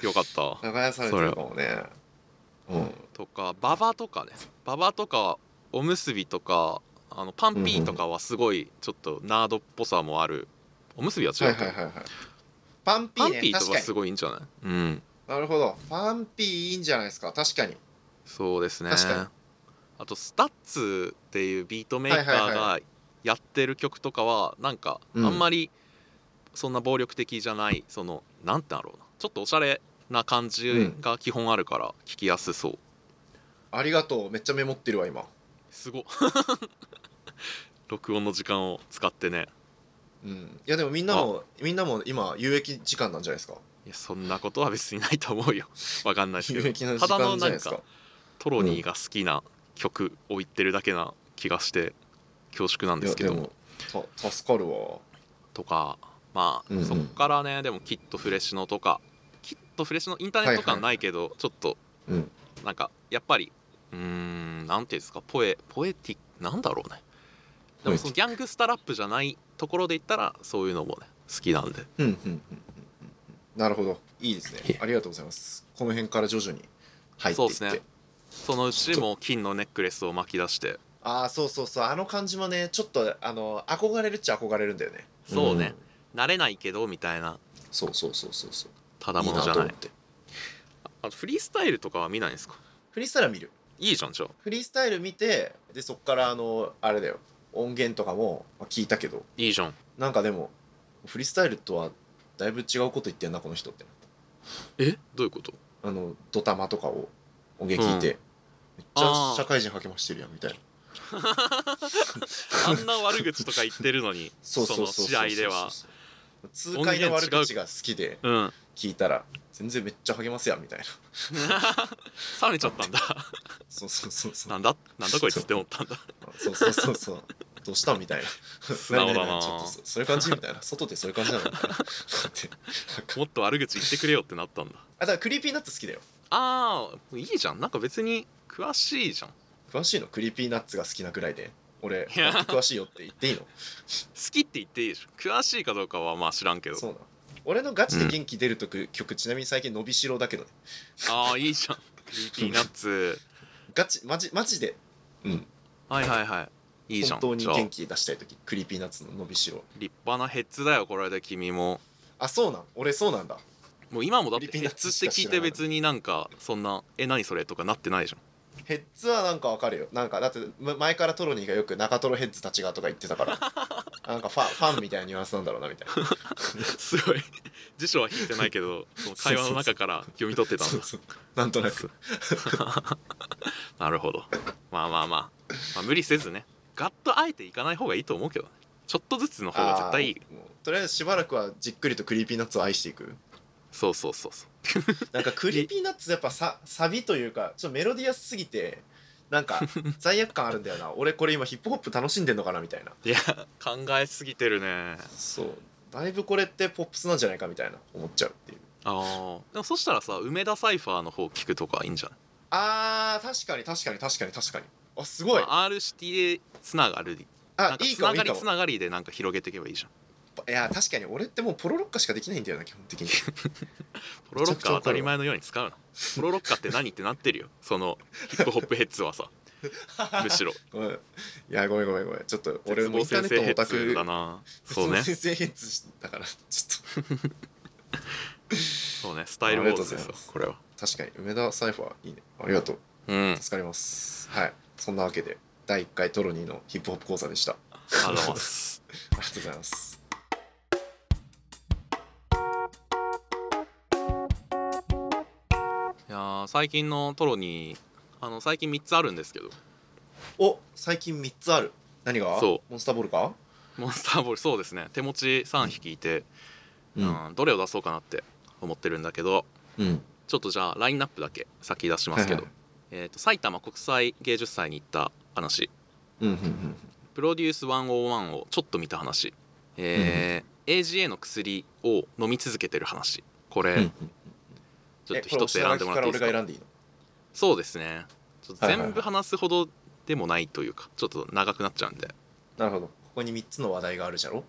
[SPEAKER 1] よかった
[SPEAKER 2] 耕されてるかもねうん
[SPEAKER 1] とかババとかねババとかおむすびとかあのパンピーとかはすごいちょっとナードっぽさもあるおむすびは違うけど、
[SPEAKER 2] はいはいはいはいパンピ
[SPEAKER 1] パ
[SPEAKER 2] ー
[SPEAKER 1] ン
[SPEAKER 2] ね
[SPEAKER 1] ピーと
[SPEAKER 2] 確
[SPEAKER 1] か
[SPEAKER 2] か
[SPEAKER 1] す
[SPEAKER 2] に
[SPEAKER 1] ごいいいんじゃないうん
[SPEAKER 2] なるほどパンピーいいんじゃないですか確かに
[SPEAKER 1] そうですね
[SPEAKER 2] 確かに
[SPEAKER 1] あとスタッツっていうビートメーカ
[SPEAKER 2] は
[SPEAKER 1] ー
[SPEAKER 2] いはい
[SPEAKER 1] がやってる曲とかはなんかあ
[SPEAKER 2] うん
[SPEAKER 1] んまりそんな暴力的じゃないそのなんてだろうなちょっとおしゃれな感じが基本あるから聞きやすそう
[SPEAKER 2] ありがとうめっちゃメモってるわ今
[SPEAKER 1] すごっ 録音の時間を使ってね
[SPEAKER 2] うん、いやでもみんなもみんなも今有益時間なんじゃないですか
[SPEAKER 1] いやそんなことは別にないと思う よわかんないです
[SPEAKER 2] 有
[SPEAKER 1] け
[SPEAKER 2] 益な
[SPEAKER 1] ど
[SPEAKER 2] 時
[SPEAKER 1] ただの
[SPEAKER 2] 間じ
[SPEAKER 1] な
[SPEAKER 2] ゃない
[SPEAKER 1] ん
[SPEAKER 2] です
[SPEAKER 1] か
[SPEAKER 2] か
[SPEAKER 1] トロニーが好きな曲を言ってるだけな気がして恐縮なん
[SPEAKER 2] い
[SPEAKER 1] で
[SPEAKER 2] や
[SPEAKER 1] すけ
[SPEAKER 2] で
[SPEAKER 1] ど
[SPEAKER 2] もた助かるわ
[SPEAKER 1] とかまあ、
[SPEAKER 2] うんうん
[SPEAKER 1] そっからねでもきっとフレッシュのとかきっとフレッシュのインターネット感ないけど、ちょっと
[SPEAKER 2] うん
[SPEAKER 1] なんかやっぱりうーんなんていうんですかポエポエティなんだろうねでもそのギャングスタラップじゃないところで言ったらそういうのもね好きなんで
[SPEAKER 2] うんうんうんうんうんなるほどいいです
[SPEAKER 1] い
[SPEAKER 2] ね
[SPEAKER 1] え
[SPEAKER 2] ありがとうございますこの辺から徐々に入ってい
[SPEAKER 1] そうで
[SPEAKER 2] って
[SPEAKER 1] すねそのうちもう金のネックレスを巻き出して
[SPEAKER 2] ああそうそうそうあの感じもねちょっとあの憧れるっちゃ憧れるんだよね
[SPEAKER 1] そうね
[SPEAKER 2] ん
[SPEAKER 1] 慣れないけどみたいな
[SPEAKER 2] そうそうそうそうそう
[SPEAKER 1] ただものじゃない
[SPEAKER 2] いなと思って
[SPEAKER 1] あとフリースタイルとかは見ないんですか
[SPEAKER 2] フリースタイルは見る
[SPEAKER 1] いいじゃんじゃあ
[SPEAKER 2] フリースタイル見てでそっからあのあれだよ音源とかもまあ聞いたけど
[SPEAKER 1] いいじゃん
[SPEAKER 2] なんかでもフリースタイルとはだいぶ違うこと言ってんなこの人って
[SPEAKER 1] えどういうこと
[SPEAKER 2] あのドタマとかを音源聞いて、めっち
[SPEAKER 1] あ
[SPEAKER 2] ゃ
[SPEAKER 1] ー
[SPEAKER 2] 社会人励ましてるやんみたいな
[SPEAKER 1] あんな悪口とか言ってるのに
[SPEAKER 2] そうそうそうそう
[SPEAKER 1] その試合では
[SPEAKER 2] 痛快な悪口が好きで
[SPEAKER 1] うん
[SPEAKER 2] 聞いたら全然めっちゃ励ますやんみたいな
[SPEAKER 1] 冷めちゃったんだ
[SPEAKER 2] そうそうそうそう
[SPEAKER 1] なんだなんだこいつって思ったんだ
[SPEAKER 2] そうそうそうそうどうしたみたいな
[SPEAKER 1] 素直だな
[SPEAKER 2] 何々ちょっとそそういう感じみたいな外ってそういう感じなのみ たいなだってなんか
[SPEAKER 1] もっと悪口言ってくれよってなったんだ
[SPEAKER 2] あだからクリーピーナッツ好きだよ
[SPEAKER 1] ああいいじゃんなんか別に詳しいじゃん好
[SPEAKER 2] 詳しいのクリーピーナッツが好きなぐらいで俺
[SPEAKER 1] いや
[SPEAKER 2] もっと詳しいよって言っていいの
[SPEAKER 1] きって言っていいでしょ詳しいかどうかはまあ知らんけど
[SPEAKER 2] そうなの俺のガチで元気出るとく、曲ちなみに最近伸びしろだけどね
[SPEAKER 1] ああいいじゃんクリーピーナッツ
[SPEAKER 2] ガチマジマジでうん
[SPEAKER 1] はいはいはいいいじゃん
[SPEAKER 2] 本当に
[SPEAKER 1] じゃあ
[SPEAKER 2] 元気出したい時クリーピーナッツの伸びしろ
[SPEAKER 1] 立派なヘッズだよこれで君も
[SPEAKER 2] あそうなん俺そうなんだ
[SPEAKER 1] もう今もだって
[SPEAKER 2] クリ
[SPEAKER 1] ヘ
[SPEAKER 2] ーピー
[SPEAKER 1] ッ
[SPEAKER 2] ナッ
[SPEAKER 1] ズ
[SPEAKER 2] ツ
[SPEAKER 1] っ
[SPEAKER 2] してか知
[SPEAKER 1] 聞い
[SPEAKER 2] らな
[SPEAKER 1] て
[SPEAKER 2] い
[SPEAKER 1] 別になんかそんなえ何それとかなってないじゃ ん
[SPEAKER 2] ヘッズはなんかわかるよなんかだってむ前からトロニーがよく中トロヘッズたちがとか言ってたから なんかファンファンみたいなニュアンスなんだろうなみたいな
[SPEAKER 1] すごい辞書は引いてないけどその会話の中から読み取ってたん
[SPEAKER 2] そ
[SPEAKER 1] だ
[SPEAKER 2] うそうなんとなく
[SPEAKER 1] なるほどまあまあまあ、まあ、無理せずねガッとあえていかない方がいいと思うけどねちょっとずつの方が絶対いい
[SPEAKER 2] あーもうとりあえずしばらくはじっくりとクリーピーナッツを愛していく
[SPEAKER 1] そうそうそうそう
[SPEAKER 2] なんかクリーピーナッツやっぱさサビというかちょっとメロディアスすぎてな んか罪悪感あるんだよな俺これ今ヒップホップ楽しんでんのかなみたいない
[SPEAKER 1] や考えすぎてるね
[SPEAKER 2] そうだいぶこれってポップスなんじゃないかみたいな思っちゃうっていう
[SPEAKER 1] ああでもそしたらさ梅田サイファーの方聞くとかいいんじゃない
[SPEAKER 2] あー確かに確かに確かに確かにあすごいあ
[SPEAKER 1] まあ R シティつながるなんか
[SPEAKER 2] いい
[SPEAKER 1] つ
[SPEAKER 2] か
[SPEAKER 1] な
[SPEAKER 2] もいい
[SPEAKER 1] がり
[SPEAKER 2] か
[SPEAKER 1] つ
[SPEAKER 2] も
[SPEAKER 1] ながりでなんか広げていけばいいじゃん
[SPEAKER 2] いや確かに俺ってもうプロロッカしかできないんだよな基本的に
[SPEAKER 1] ポロロッカーは当たり
[SPEAKER 2] めちゃくちゃわかるわ
[SPEAKER 1] 前のように使うのポロロッカーって何ってなってるよそのヒップホップヘッズは さむしろ
[SPEAKER 2] うんいやごめんごめんごめんちょっと俺
[SPEAKER 1] 絶
[SPEAKER 2] もイ
[SPEAKER 1] 望
[SPEAKER 2] ンター
[SPEAKER 1] 先
[SPEAKER 2] ネ
[SPEAKER 1] 生
[SPEAKER 2] ットの
[SPEAKER 1] ヘ
[SPEAKER 2] オタ
[SPEAKER 1] ッズ
[SPEAKER 2] ク
[SPEAKER 1] だな
[SPEAKER 2] そ
[SPEAKER 1] そう
[SPEAKER 2] う
[SPEAKER 1] ね
[SPEAKER 2] ね先生ヘッズだからちょっ
[SPEAKER 1] そうねスタイルウォーズです
[SPEAKER 2] ありがとうござい
[SPEAKER 1] よ
[SPEAKER 2] ます
[SPEAKER 1] これは
[SPEAKER 2] と確かに梅田サイファーいいねありがとう
[SPEAKER 1] うん
[SPEAKER 2] 助かりますはいそんなわけで第1回トロニーのヒップホップ講座でしたあ
[SPEAKER 1] ありがとうございます。
[SPEAKER 2] りがとうございます
[SPEAKER 1] いやー最近のトロにあの最近3つあるんですけど
[SPEAKER 2] お最近3つある何が
[SPEAKER 1] そ
[SPEAKER 2] モンスターボールか
[SPEAKER 1] モンスターボールそうですね手持ち3匹いて、う
[SPEAKER 2] う
[SPEAKER 1] んどれを出そうかなって思ってるんだけど
[SPEAKER 2] うん
[SPEAKER 1] ちょっとじゃあラインナップだけ先出しますけど、
[SPEAKER 2] はいは
[SPEAKER 1] えー、と埼玉国際芸術祭に行った話
[SPEAKER 2] うんうんうん
[SPEAKER 1] プロデュース101をちょっと見た話、えー AGA の薬を飲み続けてる話これ、
[SPEAKER 2] うん
[SPEAKER 1] ちょっと
[SPEAKER 2] えこれ
[SPEAKER 1] 一つ選んでもらっていいです
[SPEAKER 2] お下書きから俺が
[SPEAKER 1] か
[SPEAKER 2] 選んでいいの
[SPEAKER 1] そうですねちょっと
[SPEAKER 2] はいはいは
[SPEAKER 1] 全
[SPEAKER 2] い
[SPEAKER 1] 部話すほどでもないというかちょっと長くなっちゃうんで
[SPEAKER 2] なるほどここに3つの話題があるじゃろ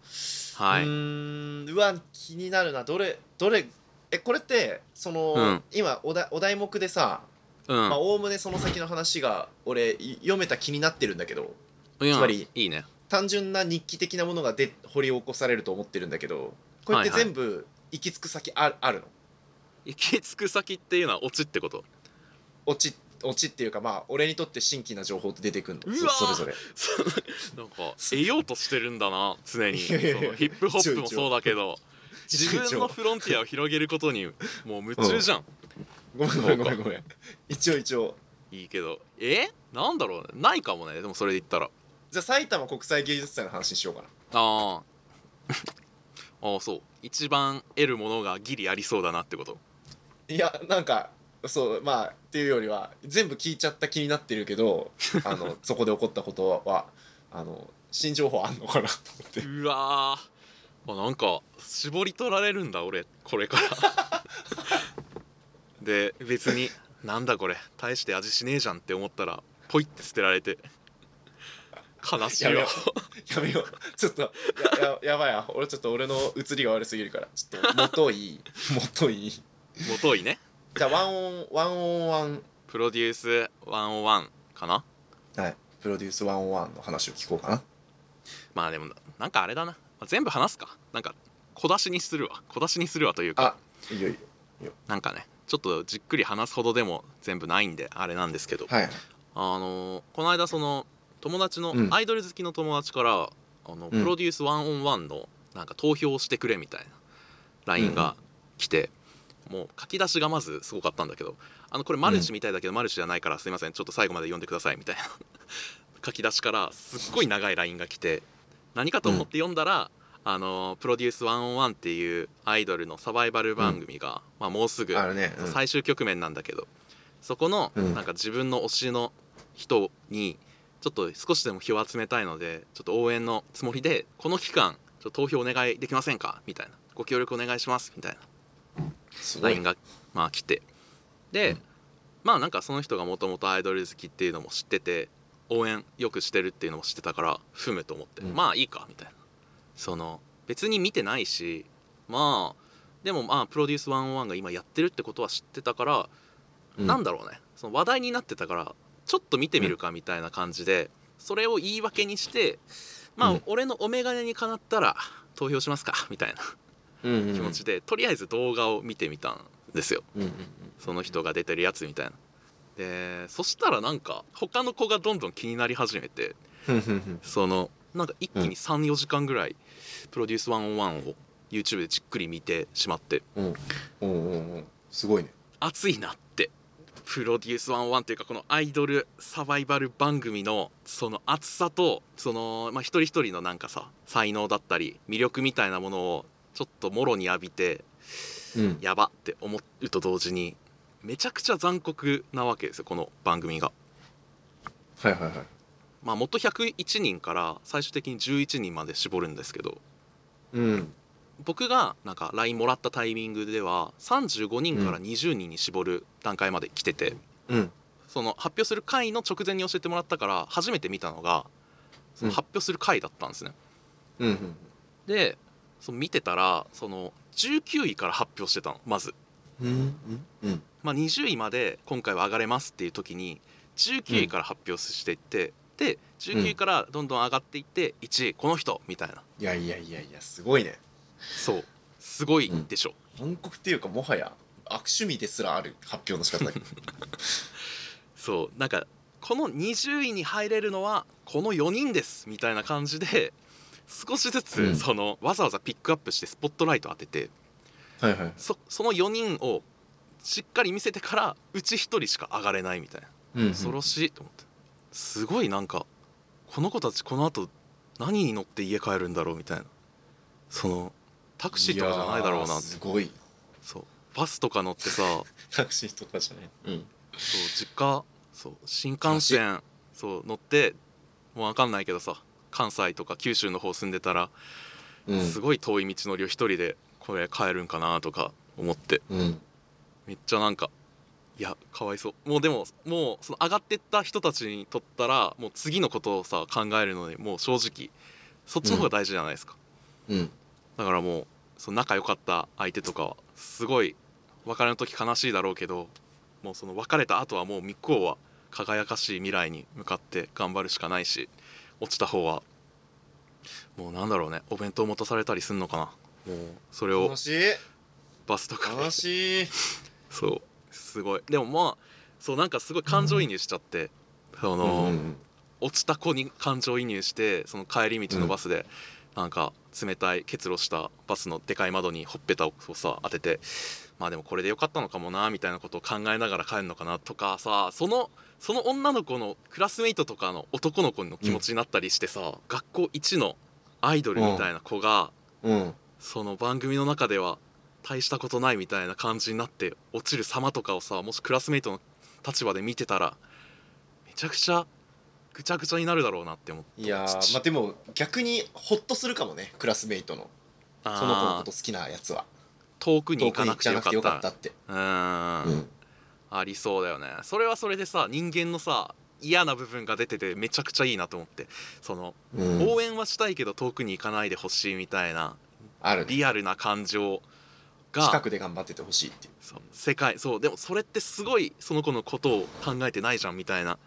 [SPEAKER 1] はいう
[SPEAKER 2] ーんうわ気になるなどれどれえこれってその、
[SPEAKER 1] うん
[SPEAKER 2] 今おだお題目でさ
[SPEAKER 1] うん、
[SPEAKER 2] まあおおむねその先の話が俺い読めた気になってるんだけど
[SPEAKER 1] うん
[SPEAKER 2] つまり
[SPEAKER 1] いいね
[SPEAKER 2] 単純な日記的なものがで掘り起こされると思ってるんだけどこれって
[SPEAKER 1] はいはい
[SPEAKER 2] 全部行き着く先ああるの
[SPEAKER 1] 行き着く先っていうのはオチってこと
[SPEAKER 2] 落ち落ちっていうかまあ俺にとって新規な情報って出てくるの
[SPEAKER 1] うわー
[SPEAKER 2] そそれぞれ
[SPEAKER 1] そなんか得ようとしてるんだな常に
[SPEAKER 2] い
[SPEAKER 1] その
[SPEAKER 2] やいやいや
[SPEAKER 1] ヒップホップもそうだけど自
[SPEAKER 2] 一
[SPEAKER 1] 分
[SPEAKER 2] 応
[SPEAKER 1] のフロンティアを広げることにもう夢中じゃん、
[SPEAKER 2] ごめんごめんごめんごめん一応一応
[SPEAKER 1] いいけどえなんだろうねないかもねでもそれで言ったら
[SPEAKER 2] じゃあ埼玉国際芸術祭の話にしようかな
[SPEAKER 1] あ あああそう一番得るものがギリありそうだなってこと
[SPEAKER 2] いやなんかそうまあっていうよりは全部聞いちゃった気になってる けどあのそこで起こったことはあの新情報あんのかなと 思って
[SPEAKER 1] うわーあなんか絞り取られるんだ俺これから で別になんだこれ大して味しねえじゃんって思ったらポイって捨てられて悲しい
[SPEAKER 2] やめ
[SPEAKER 1] よ
[SPEAKER 2] ようやめようちょっとやややばいや俺ちょっと俺の映りが悪すぎるからちょっと元 いい元いい
[SPEAKER 1] もといね
[SPEAKER 2] じゃあワンオンワンオンワン
[SPEAKER 1] プロデュース101かな
[SPEAKER 2] はいプロデュースワンオンワンの話を聞こうかな
[SPEAKER 1] まあでもななんかあれだな全部話すかなんか小出しにするわ小出しにするわというか
[SPEAKER 2] あいいよいいよ
[SPEAKER 1] なんかねちょっとじっくり話すほどでも全部ないんであれなんですけど、
[SPEAKER 2] はい
[SPEAKER 1] あのーこの間その友達の、
[SPEAKER 2] うん
[SPEAKER 1] アイドル好きの友達からあの、
[SPEAKER 2] うん
[SPEAKER 1] プロデュース101のなんか投票してくれみたいな LINE が来て、もう書き出しがまずすごかったんだけどあのこれマルチみたいだけど、マルチじゃないからすいませんちょっと最後まで読んでくださいみたいな 書き出しからすっごい長い LINE が来て何かと思って読んだら、あのープロデュース101っていうアイドルのサバイバル番組が、まあ、もうすぐ
[SPEAKER 2] あれね、うん
[SPEAKER 1] 最終局面なんだけどそこの
[SPEAKER 2] うん
[SPEAKER 1] なんか自分の推しの人にちょっと少しでも票を集めたいのでちょっと応援のつもりでこの期間ちょっと投票お願いできませんかみたいなご協力お願いしますみたいな
[SPEAKER 2] すごい
[SPEAKER 1] LINE がまあ来てでまあなんかその人がもともとアイドル好きっていうのも知ってて応援よくしてるっていうのも知ってたからふむと思って、
[SPEAKER 2] うん
[SPEAKER 1] まあいいかみたいなその別に見てないしまあでもまあプロデュース101が今やってるってことは知ってたから
[SPEAKER 2] う
[SPEAKER 1] なんだろうねその話題になってたからちょっと見てみるかみたいな感じで、それを言い訳にしてまあ、
[SPEAKER 2] うん
[SPEAKER 1] 俺のお眼鏡にかなったら投票しますかみたいな
[SPEAKER 2] うんうんうん
[SPEAKER 1] 気持ちで、とりあえず動画を見てみたんですよ
[SPEAKER 2] うんうん
[SPEAKER 1] その人が出てるやつみたいな。でそしたらなんか他の子がどんどん気になり始めて
[SPEAKER 2] うんうんうん
[SPEAKER 1] そのなんか一気
[SPEAKER 2] うん
[SPEAKER 1] に34時間ぐらい「プロデュース101」を YouTube でじっくり見てしまって
[SPEAKER 2] うんうんうんうんすごいね
[SPEAKER 1] 熱いなってプロデュース101というかこのアイドルサバイバル番組のその熱さとその、まあ、一人一人のなんかさ才能だったり魅力みたいなものをちょっともろに浴びて
[SPEAKER 2] うん
[SPEAKER 1] やばって思うと同時にめちゃくちゃ残酷なわけですよこの番組が。
[SPEAKER 2] はいはいはい
[SPEAKER 1] まあ、元101人から最終的に11人まで絞るんですけど
[SPEAKER 2] うん
[SPEAKER 1] 僕がなんか LINE もらったタイミングでは35人から20人に絞る段階まで来てて。
[SPEAKER 2] うん
[SPEAKER 1] その発表する回の直前に教えてもらったから初めて見たのがその
[SPEAKER 2] うん
[SPEAKER 1] 発表する回だったんですね、
[SPEAKER 2] うんうん
[SPEAKER 1] でその見てたらその19位から発表してたのまず、
[SPEAKER 2] うんうんうん
[SPEAKER 1] まあ、20位まで今回は上がれますっていう時に19位から発表していって、で19位からどんどん上がっていって1位この人みたいない
[SPEAKER 2] やいやいやいやすごいね
[SPEAKER 1] そうすごいでしょ、
[SPEAKER 2] 韓国っていうかもはや悪趣味ですらある発表の仕方だけど
[SPEAKER 1] そうなんかこの20位に入れるのはこの4人ですみたいな感じで少しず
[SPEAKER 2] うん
[SPEAKER 1] つその、わざわざピックアップしてスポットライト当てて
[SPEAKER 2] はいはい
[SPEAKER 1] そその4人をしっかり見せてからうち1人しか上がれないみたいな
[SPEAKER 2] うんうん
[SPEAKER 1] 恐ろしいと思ってすごいなんかこの子たちこのあと何に乗って家帰るんだろうみたいなそのタクシーとかじゃないだろう
[SPEAKER 2] や
[SPEAKER 1] な
[SPEAKER 2] ー
[SPEAKER 1] って
[SPEAKER 2] すごい
[SPEAKER 1] そうバスとか乗 ってさそう
[SPEAKER 2] タクシーとかじゃないうん
[SPEAKER 1] 実家そう新幹線そう乗ってもう分かんないけどさ関西とか九州の方住んでたら、
[SPEAKER 2] うん
[SPEAKER 1] すごい遠い道のりを1人でこれ帰るんかなとか思って
[SPEAKER 2] うん
[SPEAKER 1] めっちゃなんかいやかわいそうもうでももうその上がってった人たちにとったらもう次のことをさ考えるのにもう正直そっちの方が大事じゃないですか、
[SPEAKER 2] うん
[SPEAKER 1] だからもうその仲良かった相手とかはすごい別れの時悲しいだろうけどもうその別れた後はもう向こうは輝かしい未来に向かって頑張るしかないし落ちた方はもうなんだろうねお弁当持たされたりすんのかなもうそれを
[SPEAKER 2] 悲しい
[SPEAKER 1] バスとかで
[SPEAKER 2] 悲しい
[SPEAKER 1] そうすごいでもまあそうなんかすごい感情移入しちゃって、その、
[SPEAKER 2] うん
[SPEAKER 1] 落ちた子に感情移入してその帰り道のバスで、なんか冷たい結露したバスのでかい窓にほっぺたをさ当ててまあでもこれでよかったのかもなみたいなことを考えながら帰るのかなとかさそのその女の子のクラスメイトとかの男の子の気持ちになったりしてさ、学校一のアイドルみたいな子が、
[SPEAKER 2] うん
[SPEAKER 1] その番組の中では大したことないみたいな感じになって落ちる様とかをさもしクラスメイトの立場で見てたらめちゃくちゃぐちゃぐちゃになるだろうなって思って
[SPEAKER 2] いやーまあでも逆にホッとするかもねクラスメイトのその子のこと好きなやつは
[SPEAKER 1] 遠くに
[SPEAKER 2] 遠
[SPEAKER 1] 行
[SPEAKER 2] く
[SPEAKER 1] か
[SPEAKER 2] に行
[SPEAKER 1] なくて
[SPEAKER 2] か
[SPEAKER 1] よ
[SPEAKER 2] なく
[SPEAKER 1] か
[SPEAKER 2] てよか
[SPEAKER 1] っ
[SPEAKER 2] った
[SPEAKER 1] た
[SPEAKER 2] って
[SPEAKER 1] うーんありそうだよねそれはそれでさ人間のさ嫌な部分が出ててめちゃくちゃいいなと思ってその、
[SPEAKER 2] うん、うん
[SPEAKER 1] 応援はしたいけど遠くに行かないでほしいみたいな
[SPEAKER 2] あるね
[SPEAKER 1] リアルな感情
[SPEAKER 2] 近
[SPEAKER 1] が
[SPEAKER 2] くで頑張っててほしいっていう
[SPEAKER 1] そう世界そうでもそれってすごいその子のことを考えてないじゃんみたいな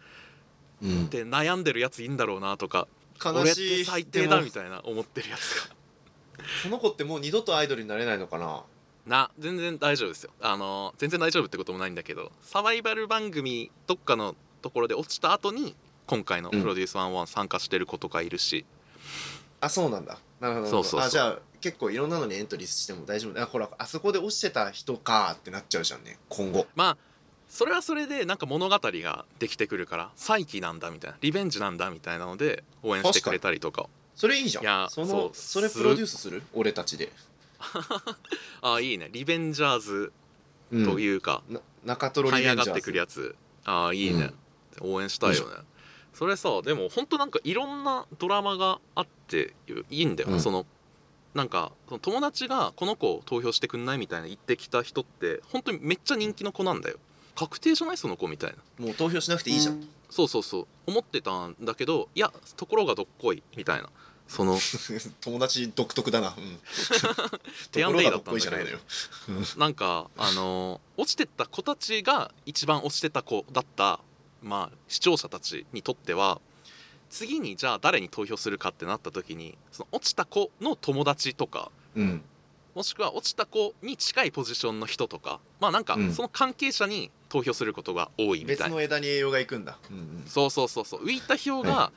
[SPEAKER 2] うん
[SPEAKER 1] で悩んでるやついいんだろうなとか俺
[SPEAKER 2] 悲
[SPEAKER 1] っ
[SPEAKER 2] してい
[SPEAKER 1] 最低だみ
[SPEAKER 2] でも
[SPEAKER 1] たいな思ってるやつが
[SPEAKER 2] その子ってもう二度とアイドルになれないのかな
[SPEAKER 1] な全然大丈夫ですよあの全然大丈夫ってこともないんだけどサバイバル番組どっかのところで落ちた後に今回の「プロデュース101」参加してる子とかいるし、
[SPEAKER 2] あそうなんだなるほど
[SPEAKER 1] そうそうそう
[SPEAKER 2] あじゃあ結構いろんなのにエントリーしても大丈夫あほらあそこで落ちてた人かってなっちゃうじゃんね今後
[SPEAKER 1] まあそれはそれでなんか物語ができてくるから再起なんだみたいなリベンジなんだみたいなので応援してくれたりとか
[SPEAKER 2] それいいじゃん
[SPEAKER 1] いや
[SPEAKER 2] その
[SPEAKER 1] そう
[SPEAKER 2] それプロデュースする俺たちで、
[SPEAKER 1] ああいいねリベンジャーズというか、
[SPEAKER 2] な中トロリ
[SPEAKER 1] 這い
[SPEAKER 2] ベ
[SPEAKER 1] 上
[SPEAKER 2] ンジ
[SPEAKER 1] が
[SPEAKER 2] ャーズ
[SPEAKER 1] ってくるやつああいいね、応援したいよねそれさでもほんとなんかいろんなドラマがあっていいんだよ、
[SPEAKER 2] うん
[SPEAKER 1] そのなんかその友達がこの子を投票してくんないみたいな言ってきた人って本当にめっちゃ人気の子なんだよ確定じゃないその子みたいな
[SPEAKER 2] もう投票しなくていいじゃん、
[SPEAKER 1] そうそうそう思ってたんだけどいやところがどっこいみたいなその
[SPEAKER 2] 友達独特だな、うん、
[SPEAKER 1] 手
[SPEAKER 2] と
[SPEAKER 1] 安
[SPEAKER 2] ころ
[SPEAKER 1] 定だ
[SPEAKER 2] がど
[SPEAKER 1] っ
[SPEAKER 2] ったこ
[SPEAKER 1] ん
[SPEAKER 2] い
[SPEAKER 1] だ
[SPEAKER 2] じ
[SPEAKER 1] け
[SPEAKER 2] ゃない
[SPEAKER 1] ど
[SPEAKER 2] のよ
[SPEAKER 1] なんかあのー落ちてった子たちが一番落ちてた子だった、まあ、視聴者たちにとっては次にじゃあ誰に投票するかってなった時にその落ちた子の友達とか
[SPEAKER 2] うん
[SPEAKER 1] もしくは落ちた子に近いポジションの人とかまあなんか
[SPEAKER 2] うん
[SPEAKER 1] その関係者に投票することが多いみた
[SPEAKER 2] 別
[SPEAKER 1] いな、
[SPEAKER 2] の枝に栄養がいくんだ、うんうん、
[SPEAKER 1] そうそうそうそう浮いた票が、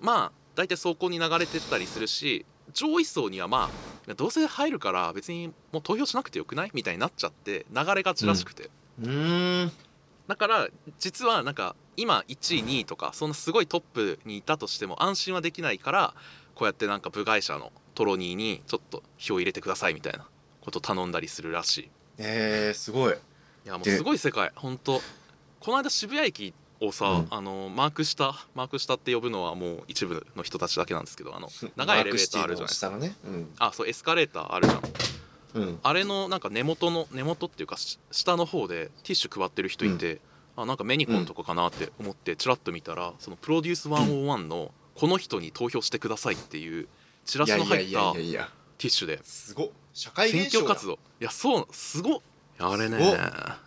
[SPEAKER 1] まあ大体走行に流れてったりするし上位層にはまあいやどうせ入るから別にもう投票しなくてよくないみたいになっちゃって流れがちらしくて、
[SPEAKER 2] うーん
[SPEAKER 1] だから実はなんか今1位2位とかそんなすごいトップにいたとしても安心はできないからこうやってなんか部外者のトロニーにちょっと票入れてくださいみたいなこと頼んだりするらしい
[SPEAKER 2] えー、すごい
[SPEAKER 1] いやもう
[SPEAKER 2] です
[SPEAKER 1] ごい世界本当この間渋谷駅をさ、
[SPEAKER 2] うん
[SPEAKER 1] あのマークしたマークしたって呼ぶのはもう一部の人たちだけなんですけどあの長いエレベーターあるじゃないで
[SPEAKER 2] マクシ
[SPEAKER 1] す
[SPEAKER 2] ティの下のねうん
[SPEAKER 1] かあそうエスカレーターあるじゃん
[SPEAKER 2] うん
[SPEAKER 1] あれのなんか根元の根元っていうかし下の方でティッシュ配ってる人いて、あなんかメニコンとかかなって思ってチラッと見たらそのプロデュース101のこの人に投票してくださいっていうチラ
[SPEAKER 2] いや
[SPEAKER 1] シの
[SPEAKER 2] いや
[SPEAKER 1] 入っ
[SPEAKER 2] いや
[SPEAKER 1] たテ
[SPEAKER 2] いや
[SPEAKER 1] ィ
[SPEAKER 2] いや
[SPEAKER 1] ッシュです
[SPEAKER 2] ごっ社会
[SPEAKER 1] 選
[SPEAKER 2] 現象
[SPEAKER 1] 挙
[SPEAKER 2] だ
[SPEAKER 1] 活動いやそうすごっあれね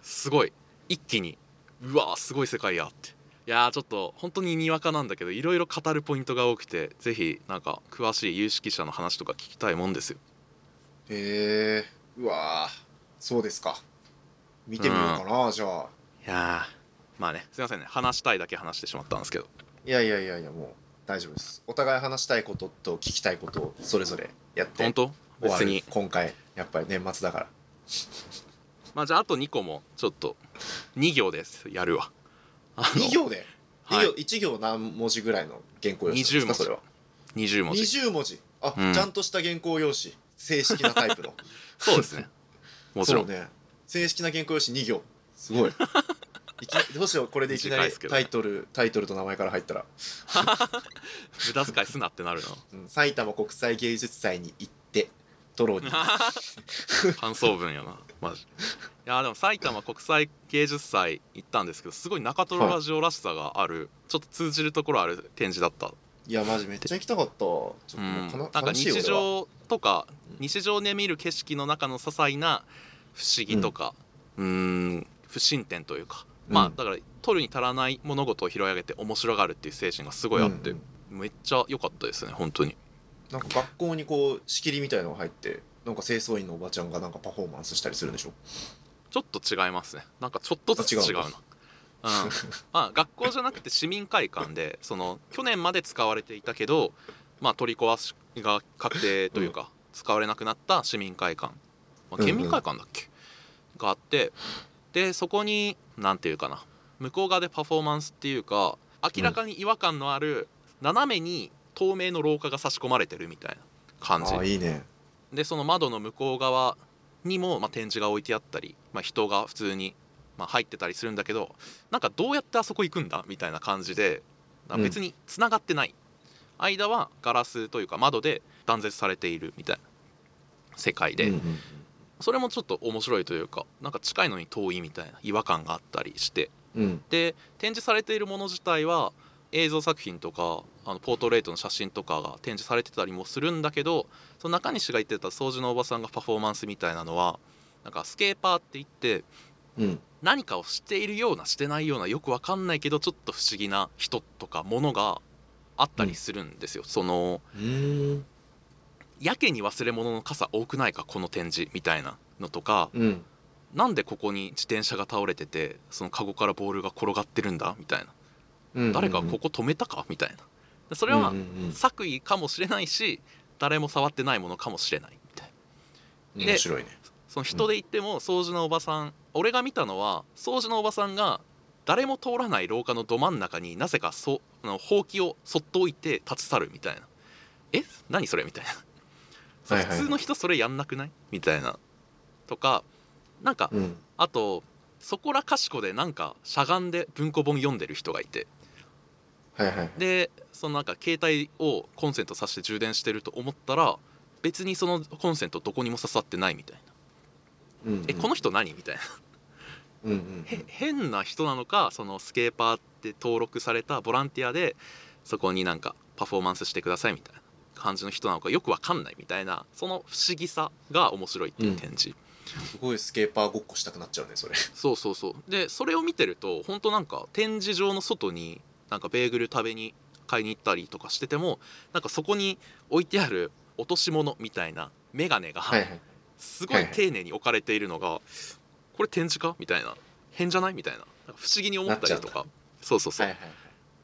[SPEAKER 1] すごい一気にうわーすごい世界やっていやーちょっと本当ににわかなんだけどいろいろ語るポイントが多くてぜひなんか詳しい有識者の話とか聞きたいもんですよ
[SPEAKER 2] へえうわーそうですか見てみようかな、じゃあ
[SPEAKER 1] いやーまあねすいませんね話したいだけ話してしまったんですけど
[SPEAKER 2] いやいやいやいやもう大丈夫ですお互い話したいことと聞きたいことをそれぞれやって
[SPEAKER 1] 本当
[SPEAKER 2] 終わ
[SPEAKER 1] 別
[SPEAKER 2] る
[SPEAKER 1] に
[SPEAKER 2] 今回やっぱり年末だから
[SPEAKER 1] まあじゃああと2個もちょっと2行ですやるわあの
[SPEAKER 2] 2行で、
[SPEAKER 1] はい
[SPEAKER 2] 二行1行何文字ぐらいの原稿用紙なんです
[SPEAKER 1] 20文
[SPEAKER 2] か
[SPEAKER 1] 字
[SPEAKER 2] それは
[SPEAKER 1] 20文字
[SPEAKER 2] 20文字あ、
[SPEAKER 1] うん
[SPEAKER 2] ちゃんとした原稿用紙正式なタイプの
[SPEAKER 1] そうですねもちろん、
[SPEAKER 2] そうね正式な原稿用紙2行すごい いきなどうしようこれでいき
[SPEAKER 1] 短
[SPEAKER 2] な
[SPEAKER 1] い
[SPEAKER 2] り
[SPEAKER 1] ですけど
[SPEAKER 2] タイトル、タイトルと名前から入ったら、
[SPEAKER 1] 無駄遣いすなってなる
[SPEAKER 2] うん埼玉国際芸術祭に行ってト ロに
[SPEAKER 1] な感想文やなマジいやでも埼玉国際芸術祭行ったんですけどすごい中トロラジオらしさがある、ちょっと通じるところある展示だった、
[SPEAKER 2] いやマジめっちゃ行きたかったちょっと
[SPEAKER 1] う
[SPEAKER 2] も
[SPEAKER 1] ん
[SPEAKER 2] う、か
[SPEAKER 1] なんか
[SPEAKER 2] な悲しい
[SPEAKER 1] 日
[SPEAKER 2] 俺は
[SPEAKER 1] 常とか
[SPEAKER 2] うん
[SPEAKER 1] 日常で見る景色の中の些細な不思議とかうーん不審点というか、
[SPEAKER 2] うん
[SPEAKER 1] まあだから取るに足らない物事を拾い上げて面白がるっていう精神がすごいあって、
[SPEAKER 2] うん
[SPEAKER 1] めっちゃ良かったですね本当に
[SPEAKER 2] なんか学校にこう仕切りみたいのが入ってなんか清掃員のおばちゃんがなんかパフォーマンスしたりするんでしょ
[SPEAKER 1] ちょっと違いますねなんかちょっとずつ違うなう
[SPEAKER 2] あ違う
[SPEAKER 1] ん、まあ学校じゃなくて市民会館でその去年まで使われていたけど、まあ、取り壊しが確定というか、使われなくなった市民会館、まあ、県民会館だっけ、があってでそこに何て言うかな向こう側でパフォーマンスっていうか明らかに違和感のある斜めに透明の廊下が差し込まれてるみたいな感じ
[SPEAKER 2] ああいいね
[SPEAKER 1] でその窓の向こう側にも、まあ、展示が置いてあったり、まあ、人が普通に、まあ、入ってたりするんだけどなんかどうやってあそこ行くんだみたいな感じでなんか別につながってない、間はガラスというか窓で断絶されているみたいな世界で、
[SPEAKER 2] うんうん
[SPEAKER 1] それもちょっと面白いというかなんか近いのに遠いみたいな違和感があったりして
[SPEAKER 2] うん
[SPEAKER 1] で展示されているもの自体は映像作品とかあのポートレートの写真とかが展示されてたりもするんだけどその中西が言ってた掃除のおばさんがパフォーマンスみたいなのはなんかスケーパーって言って
[SPEAKER 2] うん
[SPEAKER 1] 何かをしているようなしてないようなよくわかんないけどちょっと不思議な人とかものがあったりするんですよ。その
[SPEAKER 2] うーん
[SPEAKER 1] やけに忘れ物の傘多くないかこの展示みたいなのとか
[SPEAKER 2] うん
[SPEAKER 1] なんでここに自転車が倒れててそのカゴからボールが転がってるんだみたいな
[SPEAKER 2] うん
[SPEAKER 1] 誰かここ止めたかみたいなでそ
[SPEAKER 2] こ
[SPEAKER 1] れは
[SPEAKER 2] うんうん
[SPEAKER 1] 作為かもしれないし誰も触ってないものかもしれないみたいな
[SPEAKER 2] うん、
[SPEAKER 1] で
[SPEAKER 2] 面白いね
[SPEAKER 1] その人で言っても掃除のおばさん俺が見たのは掃除のおばさんが誰も通らない廊下のど真ん中になぜかそあのほうきをそっと置いて立ち去るみたいなえ何それみたいなそう
[SPEAKER 2] はいはいはい
[SPEAKER 1] 普通の人それやんなくないみたいなとかなんか
[SPEAKER 2] うん
[SPEAKER 1] あとそこらかしこでなんかしゃがんで文庫本読んでる人がいて
[SPEAKER 2] はいはいはい
[SPEAKER 1] でそのなんか携帯をコンセント挿して充電してると思ったら別にそのコンセントどこにも刺さってないみたいな
[SPEAKER 2] うんうん
[SPEAKER 1] 「えこの人何?」みたいな
[SPEAKER 2] うんうん
[SPEAKER 1] へ 変な人なのかそのスケーパーって登録されたボランティアでそこになんかパフォーマンスしてくださいみたいな感じの人なのかよくわかんないみたいなその不思議さが面白いっていう展示、
[SPEAKER 2] すごいスケーパーごっこしたくなっちゃうねそれ
[SPEAKER 1] そうそうそうでそれを見てると本当なんか展示場の外になんかベーグル食べに買いに行ったりとかしててもなんかそこに置いてある落とし物みたいな眼鏡が
[SPEAKER 2] はいはい
[SPEAKER 1] すご
[SPEAKER 2] はい
[SPEAKER 1] い
[SPEAKER 2] はい
[SPEAKER 1] 丁寧に置かれているのがこれ展示かみたいな変じゃないみたいななんか不思議に思ったりとかそうそうそ
[SPEAKER 2] は
[SPEAKER 1] う、
[SPEAKER 2] いはいはい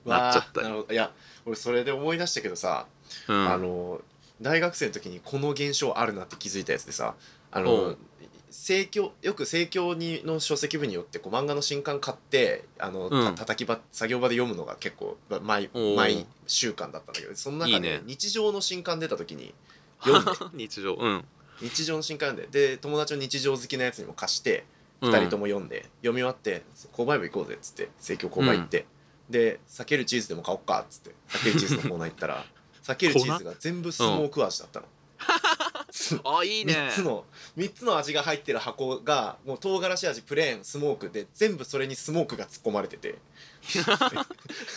[SPEAKER 1] なっちゃった
[SPEAKER 2] わーなるほどいや俺それで思い出したけどさ、
[SPEAKER 1] うん、
[SPEAKER 2] あの大学生の時にこの現象あるなって気づいたやつでさあ
[SPEAKER 1] う
[SPEAKER 2] の
[SPEAKER 1] ん
[SPEAKER 2] 政教よく政教にの書籍部によってこう漫画の新刊買ってあの、た
[SPEAKER 1] うん
[SPEAKER 2] 叩き場作業場で読むのが結構ま毎
[SPEAKER 1] おー
[SPEAKER 2] 毎週間だったんだけどその中で
[SPEAKER 1] いいね
[SPEAKER 2] 日常の新刊出た時に 読んで
[SPEAKER 1] 日常うん
[SPEAKER 2] 日常の新刊読んでで友達の日常好きなやつにも貸して2人とも読んで、読み終わって「購買部行こうぜ」っつって生協購買行って、で「避けるチーズでも買おっか」っつって避けるチーズのコーナー行っ たら避けるチーズが全部スモーク味だったの。
[SPEAKER 1] うん、あいいね
[SPEAKER 2] 3つの三つの味が入ってる箱がもう唐辛子味プレーンスモークで全部それにスモークが突っ込まれてて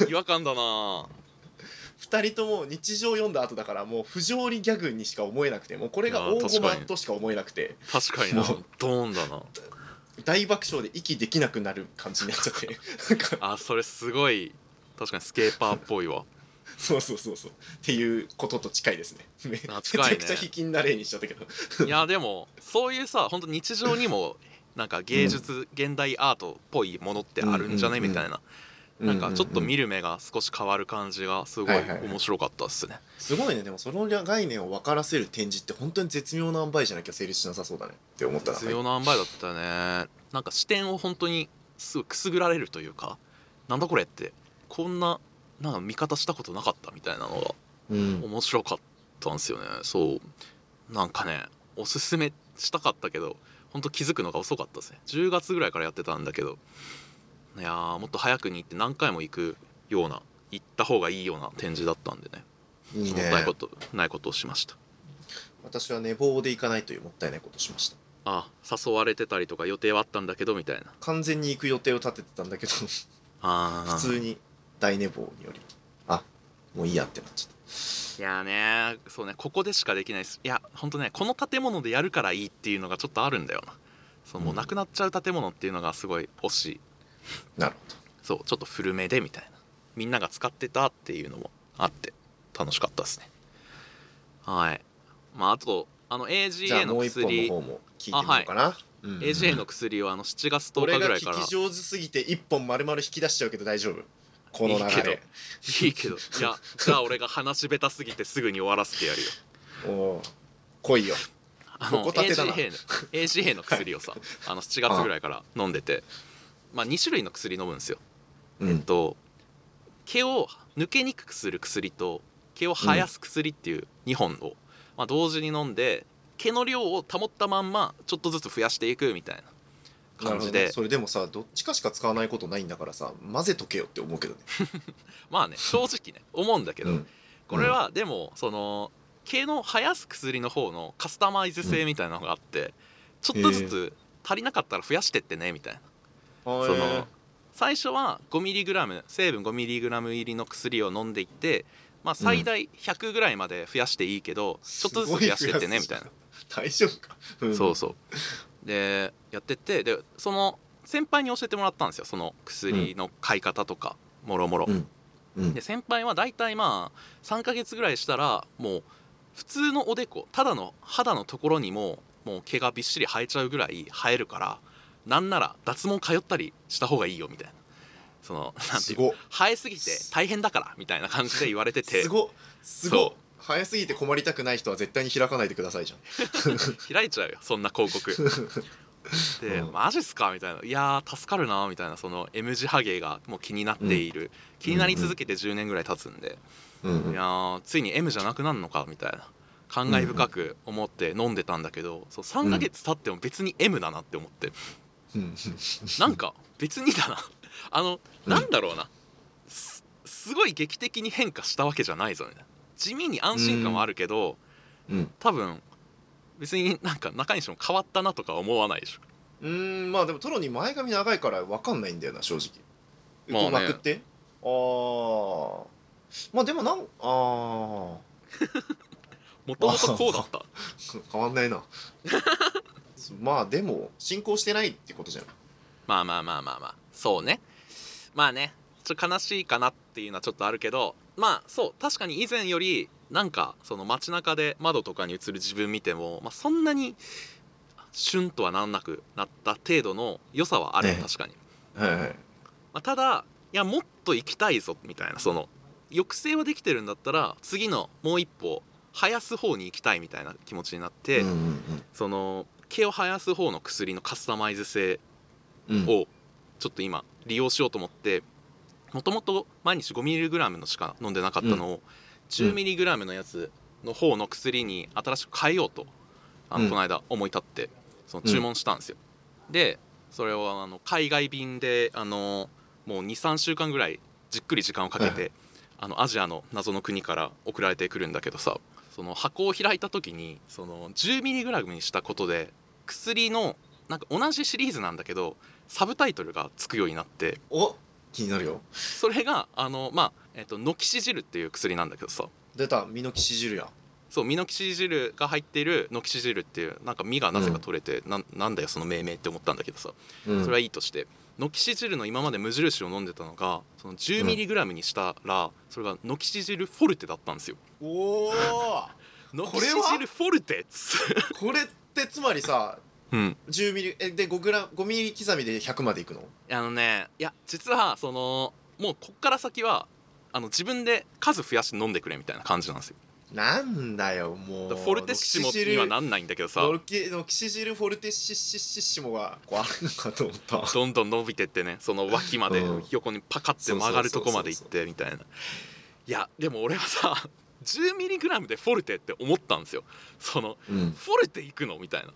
[SPEAKER 1] 違和感だな
[SPEAKER 2] 2人とも日常読んだ後だからもう不条理ギャグにしか思えなくてもうこれが大
[SPEAKER 1] いや
[SPEAKER 2] ご
[SPEAKER 1] 確か
[SPEAKER 2] ま
[SPEAKER 1] に
[SPEAKER 2] としか思えなくて
[SPEAKER 1] 確かにな
[SPEAKER 2] もう
[SPEAKER 1] ドーンだな
[SPEAKER 2] 大爆笑で息できなくなる感じになっちゃって なんか
[SPEAKER 1] あそれすごい確かにスケーパーっぽいわ
[SPEAKER 2] そうそうそうそうっていうことと近いですねめ
[SPEAKER 1] あ
[SPEAKER 2] め
[SPEAKER 1] 近いね
[SPEAKER 2] ちゃくちゃ卑近な例にしちゃったけど
[SPEAKER 1] いやでもそういうさ本当日常にもなんか芸術、現代アートっぽいものってあるんじゃね、
[SPEAKER 2] うんうんうん
[SPEAKER 1] みたいななんかちょっと見る目が少し変わる感じがすごい
[SPEAKER 2] はいはいはい
[SPEAKER 1] 面白かったっすね、
[SPEAKER 2] すごいねでもその概念を分からせる展示って本当に絶妙な塩梅じゃなきゃ成立しなさそうだねって思ったな
[SPEAKER 1] 必要な塩梅だったねなんか視点を本当にすごいくすぐられるというかなんだこれってこんななんか見方したことなかったみたいなのが
[SPEAKER 2] うん
[SPEAKER 1] 面白かったんですよねそうなんかねおすすめしたかったけどほんと気づくのが遅かったですね10月ぐらいからやってたんだけどいやーもっと早くに行って何回も行くような行った方がいいような展示だったんでね
[SPEAKER 2] いい
[SPEAKER 1] も
[SPEAKER 2] ね
[SPEAKER 1] ったいことないことをしました
[SPEAKER 2] 私は寝坊で行かないというもったいないことをしました
[SPEAKER 1] あ誘われてたりとか予定はあったんだけどみたいな
[SPEAKER 2] 完全に行く予定を立ててたんだけど
[SPEAKER 1] あー
[SPEAKER 2] 普通に大寝坊によりあもういいやってなっちゃっ
[SPEAKER 1] いやーねそうねここでしかできないですいやほんとねこの建物でやるからいいっていうのがちょっとあるんだよなそのもうなくなっちゃう建物っていうのがすごい惜しい
[SPEAKER 2] たなるほ
[SPEAKER 1] そうちょっと古めでみたいなみんなが使ってたっていうのもあって楽しかったですねはいまああとあの
[SPEAKER 2] どじゃ
[SPEAKER 1] AGA
[SPEAKER 2] あ
[SPEAKER 1] の
[SPEAKER 2] もう一本の
[SPEAKER 1] 薬
[SPEAKER 2] 方も聞いてみようかな、うん
[SPEAKER 1] AGA の薬はあの7月10
[SPEAKER 2] 俺
[SPEAKER 1] 日ぐ
[SPEAKER 2] が
[SPEAKER 1] ら
[SPEAKER 2] 聞
[SPEAKER 1] いから
[SPEAKER 2] き上手すぎて一本丸々引き出しちゃうけど大丈夫この
[SPEAKER 1] い
[SPEAKER 2] 流
[SPEAKER 1] いけど
[SPEAKER 2] れ
[SPEAKER 1] いいけどいやじゃあ俺が話下手すぎてすぐに終わらせてやるよ
[SPEAKER 2] おお来いよ
[SPEAKER 1] あの
[SPEAKER 2] ここ立てだな
[SPEAKER 1] AGA の AGA の薬をさ、あの7月ぐらいから飲んでてまあ2種類の薬飲むんですよ
[SPEAKER 2] うん、
[SPEAKER 1] えっと毛を抜けにくくする薬と毛を生やす薬っていう2本を、まあ、同時に飲んで毛の量を保ったまんまちょっとずつ増やしていくみたいな感じ
[SPEAKER 2] なるほど
[SPEAKER 1] で
[SPEAKER 2] ねそれでもさどっちかしか使わないことないんだからさ混ぜとけよって思うけどね、
[SPEAKER 1] ま あね正直ね思うんだけど、
[SPEAKER 2] うん
[SPEAKER 1] これはでもその毛の生やす薬の方のカスタマイズ性みたいなのがあって、ちょっとずつ足りなかったら増やしてってねみたいな。その最初は 5mg 成分 5mg 入りの薬を飲んでいって、まあ、最大100ぐらいまで増やしていいけど、ちょっとずつ増やしてってねみたいな、
[SPEAKER 2] 大丈夫か、うん
[SPEAKER 1] そうそう でやってってでその先輩に教えてもらったんですよその薬の買い方とかもろもろ
[SPEAKER 2] うんうん
[SPEAKER 1] で先輩は大体まあ3ヶ月ぐらいしたらもう普通のおでこただの肌のところにももう毛がびっしり生えちゃうぐらい生えるからなんなら脱毛通ったりした方がいいよみたいなそのなんて
[SPEAKER 2] す
[SPEAKER 1] いう
[SPEAKER 2] ご
[SPEAKER 1] 生えすぎて大変だからみたいな感じで言われてて
[SPEAKER 2] すごす
[SPEAKER 1] そ
[SPEAKER 2] ご早すぎて困りたくない人は絶対に開かないでくださいじゃん
[SPEAKER 1] 開いちゃうよそんな広 告で、
[SPEAKER 2] うん
[SPEAKER 1] マジっすかみたいないやー助かるなみたいなその M 字ハゲがもう気になっている、気になり続けて10年ぐらい経つんで、
[SPEAKER 2] うんうん
[SPEAKER 1] いやーついに M じゃなくなるのかみたいな感慨深く思って飲んでたんだけど、そう3ヶ月経っても別に M だなって思って、
[SPEAKER 2] うん
[SPEAKER 1] なんか別にだな あの、
[SPEAKER 2] うん
[SPEAKER 1] なんだろうなすすごい劇的に変化したわけじゃないぞみたいな地味に安心感はあるけど、
[SPEAKER 2] うん
[SPEAKER 1] 多分別になんか中西も変わったなとか思わないでしょ
[SPEAKER 2] うーんまあでもトロに前髪長いから分かんないんだよな正直
[SPEAKER 1] まあね
[SPEAKER 2] まくってあーまあでもなんあ
[SPEAKER 1] もともとこうだった
[SPEAKER 2] ー変わんないな まあでも進行してないってことじゃん
[SPEAKER 1] まあまあまあまあまあそうねまあねちょっと悲しいかなっていうのはちょっとあるけどまあそう確かに以前よりなんかその街中で窓とかに映る自分見ても、まあ、そんなにシュンとはなんなくなった程度の良さはある
[SPEAKER 2] ね
[SPEAKER 1] 確かに、
[SPEAKER 2] はいはい
[SPEAKER 1] まあ、ただいやもっと行きたいぞみたいなその抑制はできてるんだったら次のもう一歩生やす方に行きたいみたいな気持ちになって、
[SPEAKER 2] うん
[SPEAKER 1] その毛を生やす方の薬のカスタマイズ性
[SPEAKER 2] うんうん
[SPEAKER 1] をちょっと今利用しようと思ってもともと毎日 5mg のしか飲んでなかったのを 10mg のやつの方の薬に新しく変えようとあ
[SPEAKER 2] う
[SPEAKER 1] の
[SPEAKER 2] ん
[SPEAKER 1] この間思い立ってその注文したんですよ。でそれをあの海外便であのもう23週間ぐらいじっくり時間をかけ
[SPEAKER 2] はいは
[SPEAKER 1] てあのアジアの謎の国から送られてくるんだけどさその箱を開いた時にその 10mg にしたことで薬のなんか同じシリーズなんだけどサブタイトルがつくようになって
[SPEAKER 2] お気になるよ
[SPEAKER 1] それがあのまあえっとノキシジルっていう薬なんだけどさ
[SPEAKER 2] 出たミノキシ汁や
[SPEAKER 1] そうミノキシジルが入っているノキシジルっていうなんか実がなぜか取れて、なん、なんだよその命名って思ったんだけどさ
[SPEAKER 2] うん
[SPEAKER 1] それはいいとして、ノキシジルの今まで無印を飲んでたのがその 10mg にしたら、それがノキシジルフォルテだったんですよ
[SPEAKER 2] おお
[SPEAKER 1] ノ
[SPEAKER 2] こ
[SPEAKER 1] キ
[SPEAKER 2] れは
[SPEAKER 1] シジルフォルテっつ
[SPEAKER 2] これってつまりさ
[SPEAKER 1] うん
[SPEAKER 2] 10ミリえで5グラ5ミリ刻みで100までいくの
[SPEAKER 1] あのねいや実はそのもうこっから先はあの自分で数増やして飲んでくれみたいな感じなんですよ
[SPEAKER 2] なんだよも
[SPEAKER 1] だか
[SPEAKER 2] う
[SPEAKER 1] らフォルテッシモにはなんないんだけどさ
[SPEAKER 2] ノキノキシジルフォルテッシシシシモがこうあるのかと思った
[SPEAKER 1] どんどん伸びてってねその脇まで
[SPEAKER 2] うん
[SPEAKER 1] 横にパカって曲がるとこまで行ってみたいないやでも俺はさ 10mg でフォルテって思ったんですよその
[SPEAKER 2] うん
[SPEAKER 1] フォルテ行くのみたいな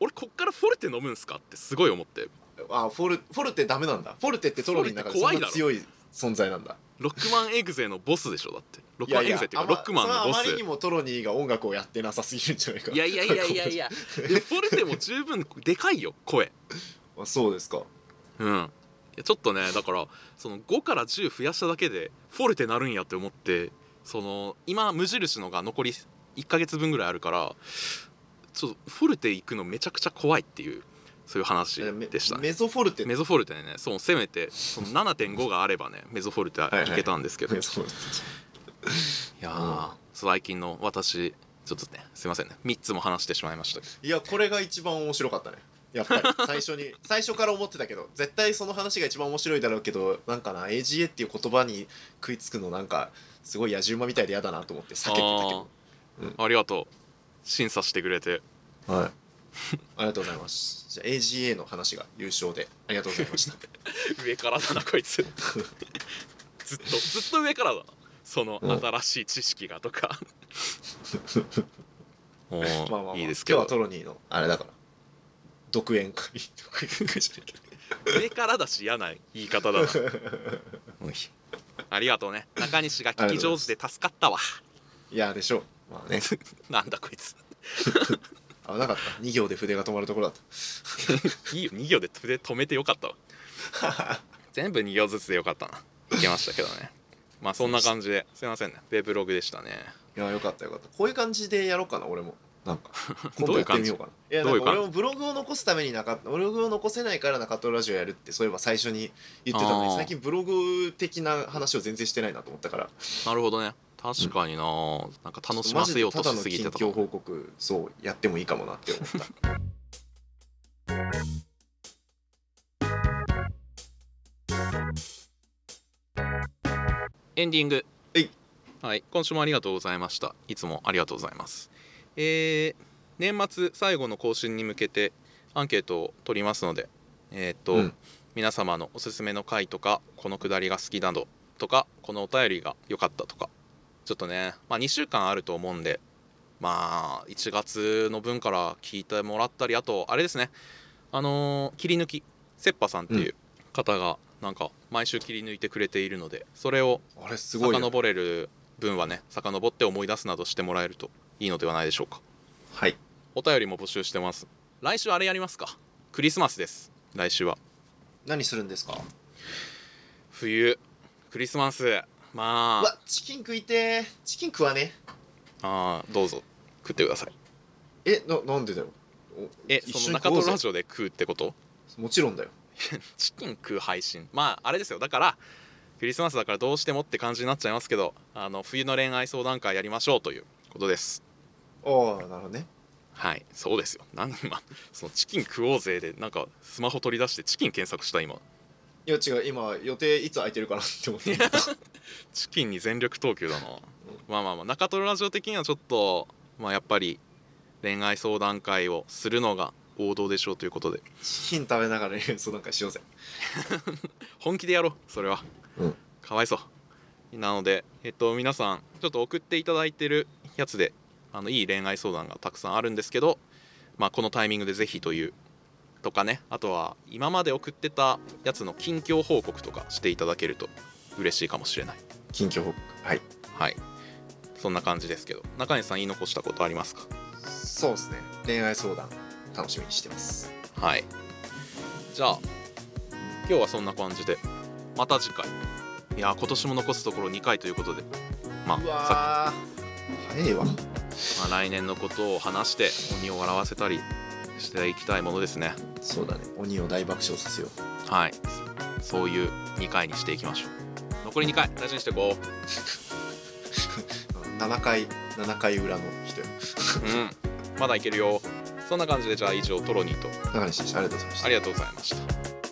[SPEAKER 1] 俺こっからフォルテ飲むんすかってすごい思って
[SPEAKER 2] あフォルフォルテダメなんだフォルテってトロリーの中で
[SPEAKER 1] フォ
[SPEAKER 2] そ
[SPEAKER 1] ル
[SPEAKER 2] ん
[SPEAKER 1] テ
[SPEAKER 2] な
[SPEAKER 1] 怖
[SPEAKER 2] 強い存在なんだ
[SPEAKER 1] ロックマンエグゼのボスでしょだってロックマンエグゼっていうか
[SPEAKER 2] あま
[SPEAKER 1] ロックマンのボ
[SPEAKER 2] そ
[SPEAKER 1] ス
[SPEAKER 2] れはあまりにもトロニーが音楽をやってなさすぎるんじゃない か
[SPEAKER 1] いやいやいやいやいやでもフォルテも十分でかいよ声
[SPEAKER 2] あそうですか
[SPEAKER 1] うんいやちょっとねだからその5から10増やしただけでフォルテなるんやって思ってその今無印のが残り1ヶ月分ぐらいあるからちょっとフォルテ行くのめちゃくちゃ怖いっていうそういう話
[SPEAKER 2] えめ
[SPEAKER 1] でしたね
[SPEAKER 2] メゾフォルテ
[SPEAKER 1] メゾフォルテねそうせめてその7.5があれば ねメゾフォルテはいけたんですけど、
[SPEAKER 2] メ
[SPEAKER 1] い
[SPEAKER 2] ゾフォルテ
[SPEAKER 1] や
[SPEAKER 2] う
[SPEAKER 1] ー最近の私ちょっとねすいませんね3つも話してしまいましたけど
[SPEAKER 2] いやこれが一番面白かったねやっぱり最 初に最初から思ってたけど絶対その話が一番面白いだろうけどなんかな AGA っていう言葉に食いつくのなんかすごい野獣馬みたいで嫌だなと思って避けてたけど
[SPEAKER 1] あーありがとう審査してくれて
[SPEAKER 2] はい。ありがとうございます。じゃあ AGA の話が優勝でありがとうござい ました。
[SPEAKER 1] 上からだなこい つずっとずっと上からだなその
[SPEAKER 2] うん
[SPEAKER 1] 新しい知識がと かもう
[SPEAKER 2] まあまあ、まあ、
[SPEAKER 1] いいですけ
[SPEAKER 2] 今
[SPEAKER 1] ど
[SPEAKER 2] 日はトロニーのあれだから。独演会独演会じゃない
[SPEAKER 1] 上からだし嫌な言い方 だなありがとうね中西が聞き上手で助かったわ
[SPEAKER 2] いやでしょう。まあね
[SPEAKER 1] なんだこいつ
[SPEAKER 2] 危なかった。2行で筆が止まるところだっ
[SPEAKER 1] いいよ2行で筆止めてよかったわ
[SPEAKER 2] た。
[SPEAKER 1] 全部2行ずつでよかったないけましたけどねまあそんな感じですいませんねウェブログでしたね
[SPEAKER 2] いやよかったよかった。こういう感じでやろうかな俺も。なんか今
[SPEAKER 1] どういう
[SPEAKER 2] 度やって
[SPEAKER 1] 感
[SPEAKER 2] み
[SPEAKER 1] じ
[SPEAKER 2] ようかな。いや
[SPEAKER 1] どう
[SPEAKER 2] ないん
[SPEAKER 1] う感じ
[SPEAKER 2] か俺もブログを残すためになかブログを残せないから中トロラジオやるってそういえば最初に言ってたの
[SPEAKER 1] あ
[SPEAKER 2] に
[SPEAKER 1] ー
[SPEAKER 2] 最近ブログ的な話を全然してないなと思ったから
[SPEAKER 1] なるほどね確かにな、なんか楽しませようとしすぎてた
[SPEAKER 2] マジでただの近況報告そうやってもいいかもなって思った
[SPEAKER 1] エンディング
[SPEAKER 2] はい、
[SPEAKER 1] はい、今週もありがとうございましたいつもありがとうございますえー年末最後の更新に向けてアンケートを取りますのでえっ、と、
[SPEAKER 2] うん
[SPEAKER 1] 皆様のおすすめの回とかこのくだりが好きなどとかこのお便りが良かったとかちょっとね、まあ、2週間あると思うんでまあ1月の分から聞いてもらったりあとあれですねあのー切り抜きセッパさんっていう方がなんか毎週切り抜いてくれているのでそれを
[SPEAKER 2] あれすごいよね、
[SPEAKER 1] 遡れる分はね遡って思い出すなどしてもらえるといいのではないでしょうか
[SPEAKER 2] はい
[SPEAKER 1] お便りも募集してます来週あれやりますかクリスマスです来週は
[SPEAKER 2] 何するんですか
[SPEAKER 1] 冬クリスマス
[SPEAKER 2] う
[SPEAKER 1] まあ
[SPEAKER 2] わチキン食いてーチキン食わね
[SPEAKER 1] あーどうぞ食ってください
[SPEAKER 2] えななんでだよお
[SPEAKER 1] え
[SPEAKER 2] 一
[SPEAKER 1] そ
[SPEAKER 2] 緒
[SPEAKER 1] の
[SPEAKER 2] に
[SPEAKER 1] 中
[SPEAKER 2] 食お
[SPEAKER 1] トロ
[SPEAKER 2] うぜ
[SPEAKER 1] ラジオで食うってこと
[SPEAKER 2] もちろんだよ
[SPEAKER 1] チキン食う配信まああれですよだからクリスマスだからどうしてもって感じになっちゃいますけどあの冬の恋愛相談会やりましょうということです
[SPEAKER 2] ああなるほどね
[SPEAKER 1] はいそうですよなん今そのチキン食おうぜでなんかスマホ取り出してチキン検索した今
[SPEAKER 2] いや違う今予定いつ空いてるかなって思って
[SPEAKER 1] チキンに全力投球だなまあまあまあ中トロラジオ的にはちょっとまあやっぱり恋愛相談会をするのが王道でしょうということで
[SPEAKER 2] チキン食べながら演奏なんかしようぜ
[SPEAKER 1] 本気でやろうそれは、
[SPEAKER 2] うん
[SPEAKER 1] かわいそうなのでえっと皆さんちょっと送っていただいてるやつであのいい恋愛相談がたくさんあるんですけどまあこのタイミングでぜひというとかねあとは今まで送ってたやつの近況報告とかしていただけると嬉しいかもしれない
[SPEAKER 2] 近況報告はい
[SPEAKER 1] はいそんな感じですけど中西さん言い残したことありますか
[SPEAKER 2] そうですね恋愛相談楽しみにしてます
[SPEAKER 1] はいじゃあ今日はそんな感じでまた次回いやー今年も残すところ2回ということでまあ
[SPEAKER 2] う
[SPEAKER 1] さっき
[SPEAKER 2] わー早いわ
[SPEAKER 1] まあ、来年のことを話して鬼を笑わせたりしていきたいものですね
[SPEAKER 2] そうだね鬼を大爆笑させよう
[SPEAKER 1] はいそういう2回にしていきましょう残り2回大事にしていこう
[SPEAKER 2] 7回7回裏の人よ
[SPEAKER 1] うんまだいけるよそんな感じでじゃあ以上トロニーと
[SPEAKER 2] 中西でしたありがとうございました
[SPEAKER 1] ありがとうございました